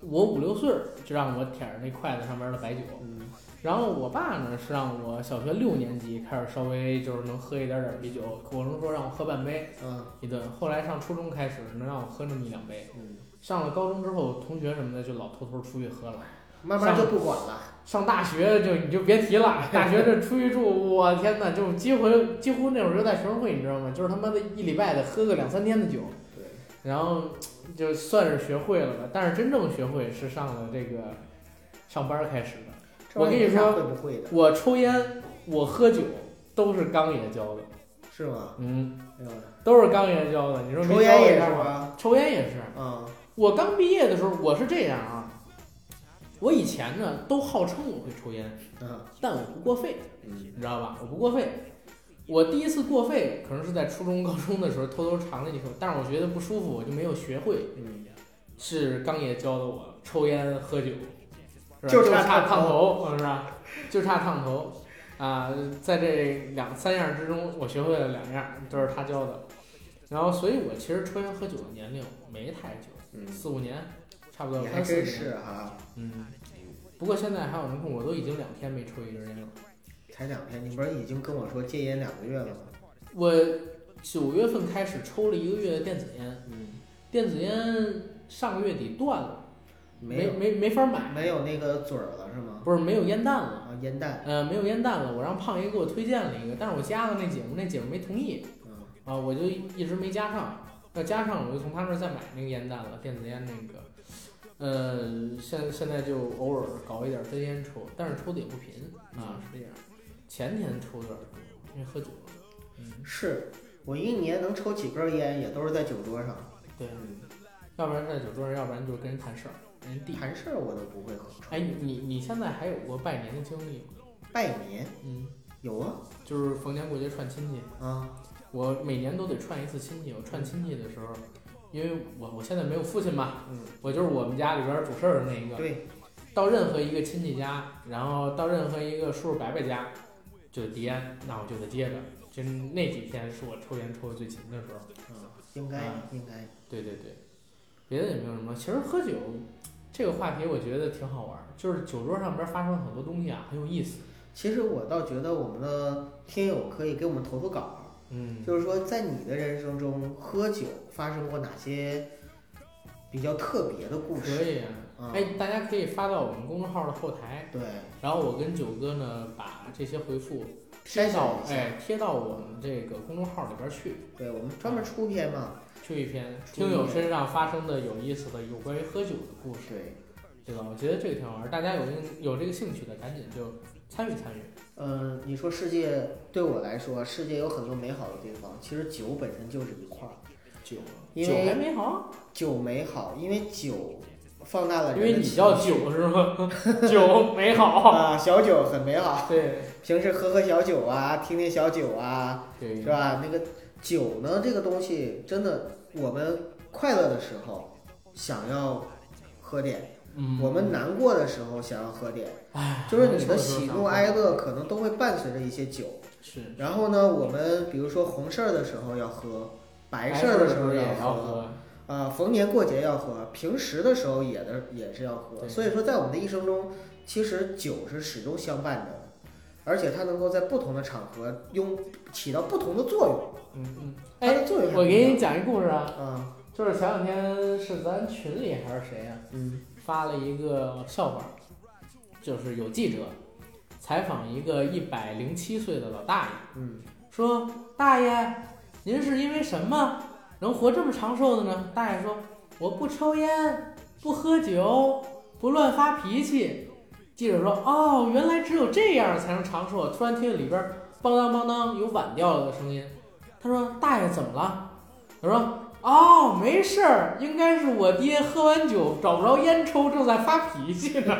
Speaker 1: 我五六岁儿就让我舔着那筷子上面的白酒，
Speaker 4: 嗯
Speaker 1: 然后我爸呢是让我小学六年级开始稍微就是能喝一点点啤酒，我能说让我喝半杯
Speaker 4: 嗯
Speaker 1: 一顿，后来上初中开始能让我喝那么一两杯，
Speaker 4: 嗯，
Speaker 1: 上了高中之后，同学什么的就老偷偷出去喝了。
Speaker 4: 慢慢就不管了。
Speaker 1: 上大学就你就别提了，大学这出去住，我天哪，就几乎几乎那会儿就在学生会，你知道吗？就是他妈的一礼拜得喝个两三天的酒，
Speaker 4: 对，
Speaker 1: 然后就算是学会了吧。但是真正学会是上了这个上班开始的。
Speaker 4: 这玩意
Speaker 1: 我
Speaker 4: 儿
Speaker 1: 跟你说
Speaker 4: 会不会的？
Speaker 1: 我抽烟，我喝酒都是刚爷教的，
Speaker 4: 是吗？
Speaker 1: 嗯，
Speaker 4: 哎呦，
Speaker 1: 都是刚爷教的。你说没
Speaker 4: 抽烟
Speaker 1: 教
Speaker 4: 也
Speaker 1: 一下
Speaker 4: 是
Speaker 1: 吗？
Speaker 4: 吗？
Speaker 1: 抽烟也是。
Speaker 4: 嗯
Speaker 1: 我刚毕业的时候，我是这样啊，我以前呢都号称我会抽烟，
Speaker 4: 嗯
Speaker 1: 但我不过肺。
Speaker 4: 嗯
Speaker 1: 你知道吧？我不过肺，我第一次过肺可能是在初中、高中的时候偷偷尝了一口，但是我觉得不舒服，我就没有学会。
Speaker 4: 嗯，
Speaker 1: 是刚爷教的我抽烟喝酒，是吧
Speaker 4: 就
Speaker 1: 就
Speaker 4: 差
Speaker 1: 差
Speaker 4: 烫
Speaker 1: 烫头，哦是吧？就差烫头啊、在这两三样之中，我学会了两样，都是他教的。然后，所以我其实抽烟喝酒的年龄没太久，
Speaker 4: 嗯
Speaker 1: 四五年，差不多
Speaker 4: 你还
Speaker 1: 三四
Speaker 4: 真
Speaker 1: 年。
Speaker 4: 是哈，
Speaker 1: 嗯，不过现在还有人跟我都已经两天没抽一根烟了。
Speaker 4: 才两天，你不是已经跟我说戒烟两个月了吗？
Speaker 1: 我九月份开始抽了一个月的电子烟，
Speaker 4: 嗯，
Speaker 1: 电子烟上个月底断了，
Speaker 4: 没
Speaker 1: 没
Speaker 4: 有
Speaker 1: 没没法买，
Speaker 4: 没有那个嘴儿了是吗？
Speaker 1: 不是没有烟弹了，
Speaker 4: 啊，烟弹，
Speaker 1: 呃，没有烟弹了。我让胖爷给我推荐了一个，但是我加了那姐们，那姐们没同意
Speaker 4: 嗯
Speaker 1: 啊，我就一直没加上。要加上，我就从他那儿再买那个烟弹了，电子烟那个。呃，现现在就偶尔搞一点真烟抽，但是抽的也不频啊，是这样。前天抽的有点多，因为喝酒了。嗯
Speaker 4: 是我一年能抽几根烟，也都是在酒桌上。
Speaker 1: 对啊，
Speaker 4: 嗯，
Speaker 1: 要不然在酒桌上，要不然就是跟人谈事儿，人递。
Speaker 4: 谈事儿我都不会喝。
Speaker 1: 哎，你你你现在还有过拜年的经历吗？
Speaker 4: 拜年
Speaker 1: 嗯，
Speaker 4: 有啊
Speaker 1: 就是逢年过节串亲戚，
Speaker 4: 啊，
Speaker 1: 我每年都得串一次亲戚。我串亲戚的时候，因为我我现在没有父亲嘛，
Speaker 4: 嗯，
Speaker 1: 我就是我们家里边儿主事儿的那一个。
Speaker 4: 对，
Speaker 1: 到任何一个亲戚家，然后到任何一个叔叔伯伯家，就得递烟，那我就得接着。就那几天是我抽烟抽的最勤的时候。
Speaker 4: 嗯，应该
Speaker 1: 啊
Speaker 4: 应该，
Speaker 1: 对对对，别的也没有什么。其实喝酒这个话题，我觉得挺好玩儿，就是酒桌上边发生了很多东西啊，很有意思。
Speaker 4: 其实我倒觉得我们的听友可以给我们投投稿啊，
Speaker 1: 嗯
Speaker 4: 就是说在你的人生中喝酒发生过哪些比较特别的故
Speaker 1: 可
Speaker 4: 事？
Speaker 1: 以啊。
Speaker 4: 嗯
Speaker 1: 哎，大家可以发到我们公众号的后台，
Speaker 4: 对，
Speaker 1: 然后我跟九哥呢把这些回复贴
Speaker 4: 筛选
Speaker 1: 到
Speaker 4: 一下，
Speaker 1: 哎贴到我们这个公众号里边去。
Speaker 4: 对我们专门出篇嘛，
Speaker 1: 去一篇听友身上发生的有意思的有关于喝酒的故事，
Speaker 4: 对，
Speaker 1: 对吧？我觉得这个挺好玩儿，大家有这个有这个兴趣的，赶紧就参与参与。
Speaker 4: 嗯，你说世界对我来说，世界有很多美好的地方，其实酒本身就是一块儿，
Speaker 1: 酒，
Speaker 4: 因
Speaker 1: 酒还
Speaker 4: 为
Speaker 1: 没好，
Speaker 4: 酒美好，因为酒放大了
Speaker 1: 因
Speaker 4: 人的
Speaker 1: 为你
Speaker 4: 情
Speaker 1: 叫
Speaker 4: 绪
Speaker 1: 酒是吗？酒没好，
Speaker 4: 啊，小酒很美好，
Speaker 1: 对
Speaker 4: 平时喝喝小酒啊，听听小酒啊，
Speaker 1: 对
Speaker 4: 是吧？那个酒呢，这个东西真的，我们快乐的时候想要喝点，
Speaker 1: 嗯，
Speaker 4: 我们难过的时候想要喝点，
Speaker 1: 哎，
Speaker 4: 就是你的喜
Speaker 1: 说得上
Speaker 4: 怒哀乐可能都会伴随着一些酒。
Speaker 1: 是
Speaker 4: 然后呢，我们比如说红事儿的时候要喝，白事儿的
Speaker 1: 的
Speaker 4: 时候
Speaker 1: 也
Speaker 4: 要喝，
Speaker 1: 喝，
Speaker 4: 啊，逢年过节要喝，平时的时候也的也是要喝。
Speaker 1: 对
Speaker 4: 所以说，在我们的一生中，其实酒是始终相伴着的，而且它能够在不同的场合用起到不同的作用。
Speaker 1: 嗯嗯。
Speaker 4: 它
Speaker 1: 哎，
Speaker 4: 的作用还
Speaker 1: 我
Speaker 4: 不一
Speaker 1: 给
Speaker 4: 样
Speaker 1: 你讲一故事啊，
Speaker 4: 啊，
Speaker 1: 就是前两天是咱群里还是谁呀、
Speaker 4: 嗯
Speaker 1: 发了一个笑话，就是有记者采访一个一百零七岁的老大爷，
Speaker 4: 嗯，
Speaker 1: 说：“大爷，您是因为什么能活这么长寿的呢？”大爷说：“我不抽烟，不喝酒，不乱发脾气。”记者说：“哦，原来只有这样才能长寿。”啊突然听见里边梆当梆当有碗掉了的声音，他说：“大爷怎么了？”他说：“哦，没事儿，应该是我爹喝完酒找不着烟抽，正在发脾气呢。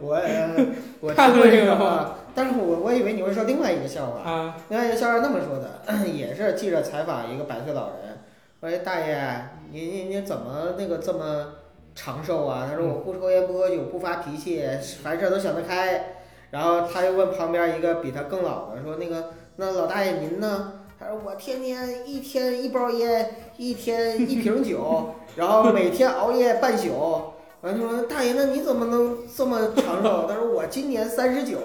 Speaker 4: 我呃我
Speaker 1: 看
Speaker 4: 听
Speaker 1: 过
Speaker 4: 过
Speaker 1: 这
Speaker 4: 这
Speaker 1: 个
Speaker 4: 个
Speaker 1: 吗
Speaker 4: 话，但是我我以为你会说另外一个笑”话，
Speaker 1: 啊，
Speaker 4: 另外一个笑话那么说的， *clears throat* 也是记者采访一个百岁老人，说哎大爷，您您您怎么那个这么长寿啊？他说我不抽烟不喝酒不发脾气，凡事都想得开。然后他又问旁边一个比他更老的说那个那老大爷您呢？他说我天天一天一包烟，一天一瓶酒，然后每天熬夜半宿。完他说大爷那你怎么能这么长寿？他说我今年三十九。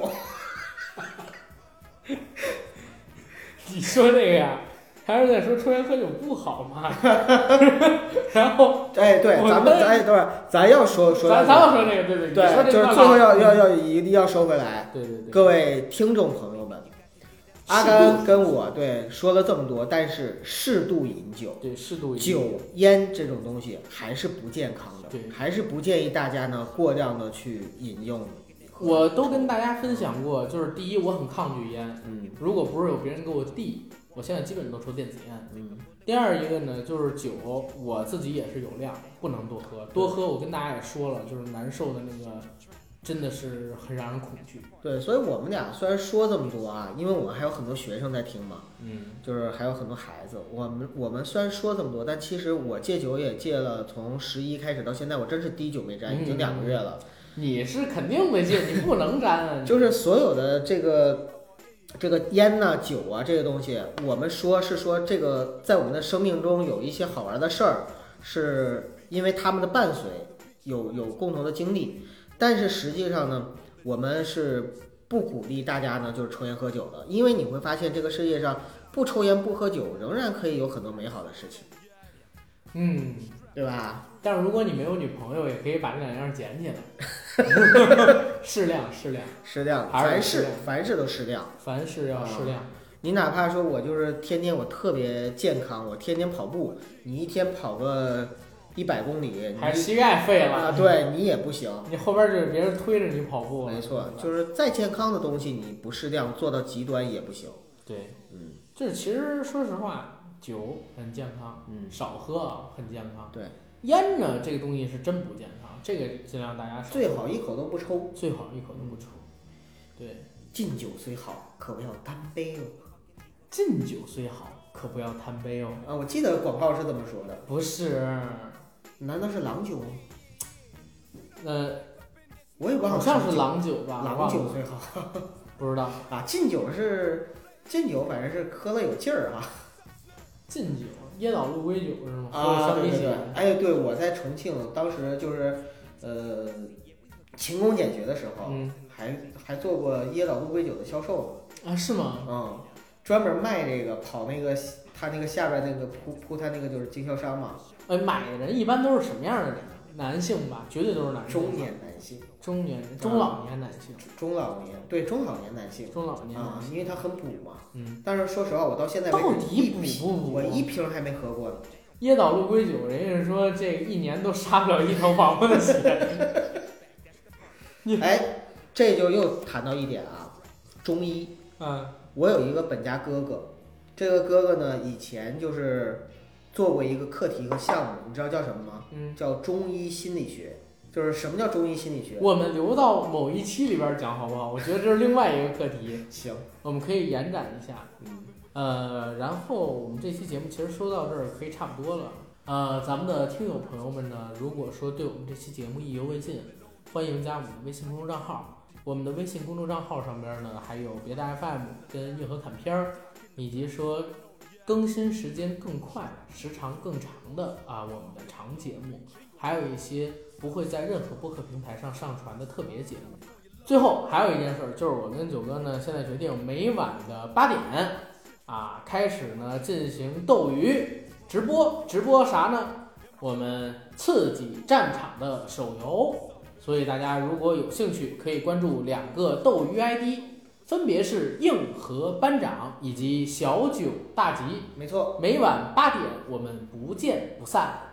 Speaker 1: 你说这个呀，还是在说抽烟喝酒不好嘛？ *laughs* 然后。
Speaker 4: 哎，对，
Speaker 1: 我
Speaker 4: 咱们
Speaker 1: 们
Speaker 4: 咱也等会儿，咱要说说
Speaker 1: 咱
Speaker 4: 到这
Speaker 1: 咱要
Speaker 4: 个
Speaker 1: 说这个，对对你说这
Speaker 4: 对，就是
Speaker 1: 段
Speaker 4: 最后
Speaker 1: 话
Speaker 4: 要要要一定要收回来，
Speaker 1: 对对对，
Speaker 4: 各位听众朋友们，阿甘跟我对说了这么多，但是适度饮酒，
Speaker 1: 对适度饮
Speaker 4: 酒烟这种东西还是不健康的
Speaker 1: 对，
Speaker 4: 还是不建议大家呢过量的去饮用。
Speaker 1: 我都跟大家分享过，就是第一，我很抗拒烟，
Speaker 4: 嗯
Speaker 1: 如果不是有别人给我递，我现在基本都抽电子烟。
Speaker 4: 嗯，
Speaker 1: 第二一个呢，就是酒，我自己也是有量，不能多喝，多喝我跟大家也说了，就是难受的那个，真的是很让人恐惧。
Speaker 4: 对，所以我们俩虽然说这么多啊，因为我们还有很多学生在听嘛，
Speaker 1: 嗯，
Speaker 4: 就是还有很多孩子，我们我们虽然说这么多，但其实我戒酒也戒了，从十一开始到现在，我真是滴酒没沾，已经两个月了。
Speaker 1: 你是肯定没戒，你不能沾啊，你
Speaker 4: 就是所有的这个这个烟呐、酒啊这些东西，我们说是说这个在我们的生命中有一些好玩的事儿，是因为他们的伴随有有共同的经历，但是实际上呢，我们是不鼓励大家呢就是抽烟喝酒的，因为你会发现这个世界上不抽烟不喝酒仍然可以有很多美好的事情，
Speaker 1: 嗯。
Speaker 4: 对吧？
Speaker 1: 但是如果你没有女朋友，也可以把这两样捡
Speaker 4: *laughs*
Speaker 1: 起来，适量适量，
Speaker 4: 适量，
Speaker 1: 还是
Speaker 4: 凡
Speaker 1: 适量
Speaker 4: 事凡事都适量。
Speaker 1: 凡事要适量。
Speaker 4: 你哪怕说我就是天天我特别健康，我天天跑步，你一天跑个一百公里，你
Speaker 1: 还是膝盖废
Speaker 4: 嗯啊，
Speaker 1: 了，
Speaker 4: 对你也不行。
Speaker 1: 你后边就是别人推着你跑步了，
Speaker 4: 没错，
Speaker 1: 就
Speaker 4: 就是再健康的东西，你不适量做到极端也不行。
Speaker 1: 对，
Speaker 4: 嗯
Speaker 1: 就是其实说实话，酒很健康，
Speaker 4: 嗯，
Speaker 1: 少喝啊很健康。
Speaker 4: 对，
Speaker 1: 烟呢，这个东西是真不健康，这个尽量大家少
Speaker 4: 最好一口都不抽。
Speaker 1: 最好一口都不抽。对，
Speaker 4: 敬酒虽好，可不要单杯哦。
Speaker 1: 敬酒虽好，可不要贪杯哦。
Speaker 4: 啊，我记得广告是这么说的。
Speaker 1: 不是，
Speaker 4: 难道是郎酒吗？
Speaker 1: 呃，
Speaker 4: 我也忘
Speaker 1: 好
Speaker 4: 了。
Speaker 1: 像是郎酒吧？
Speaker 4: 郎
Speaker 1: 忘
Speaker 4: 酒
Speaker 1: 了
Speaker 4: 最好
Speaker 1: 不知道。
Speaker 4: 啊。敬酒是敬酒，反正是喝了有劲儿啊。
Speaker 1: 禁酒，椰岛鹿龟酒是吗？
Speaker 4: 啊，
Speaker 1: 或者山
Speaker 4: 对对
Speaker 1: 啤酒
Speaker 4: 对，哎，对，我在重庆，当时就是呃勤工俭学的时候，
Speaker 1: 嗯
Speaker 4: 还还做过椰岛乌龟酒的销售，
Speaker 1: 啊，是吗？
Speaker 4: 嗯，专门卖这个跑那个他那个下边那个铺铺他那个就是经销商嘛，
Speaker 1: 呃，买的人一般都是什么样的人？男性吧，绝对都是男性。
Speaker 4: 中年啊男性、
Speaker 1: 中年人、中老年男性、
Speaker 4: 中老年，对中老年男性
Speaker 1: 中老年
Speaker 4: 啊
Speaker 1: 男，性，
Speaker 4: 因为他很补嘛。
Speaker 1: 嗯，
Speaker 4: 但是说实话，我到现在为止
Speaker 1: 到底
Speaker 4: 一
Speaker 1: 补
Speaker 4: 瓶
Speaker 1: 不补？
Speaker 4: 我一瓶还没喝过呢。
Speaker 1: 椰岛鹿龟酒，人家是说这一年都杀不了一头王八的血。 *laughs*
Speaker 4: 哎，这就又谈到一点啊，中医。
Speaker 1: 嗯
Speaker 4: 我有一个本家哥哥，这个哥哥呢，以前就是做过一个课题和项目，你知道叫什么吗？
Speaker 1: 嗯，
Speaker 4: 叫中医心理学。就是什么叫中医心理学？
Speaker 1: 我们留到某一期里边讲好不好？我觉得这是另外一个课题，
Speaker 4: 行，
Speaker 1: 我们可以延展一下。
Speaker 4: 嗯，
Speaker 1: 呃，然后我们这期节目其实说到这儿可以差不多了。呃，咱们的听友朋友们呢，如果说对我们这期节目意犹未尽，欢迎加我们的微信公众账号。我们的微信公众账号上边呢，还有别的 FM 跟硬核砍片儿，以及说更新时间更快、时长更长的啊我们的长节目，还有一些不会在任何播客平台上上传的特别节目。最后还有一件事儿，就是我跟九哥呢，现在决定每晚的八点啊，开始呢进行斗鱼直播，直播啥呢？我们刺激战场的手游，所以大家如果有兴趣，可以关注两个斗鱼 ID，分别是硬核班长以及小九大吉。
Speaker 4: 没错。
Speaker 1: 每晚八点，我们不见不散。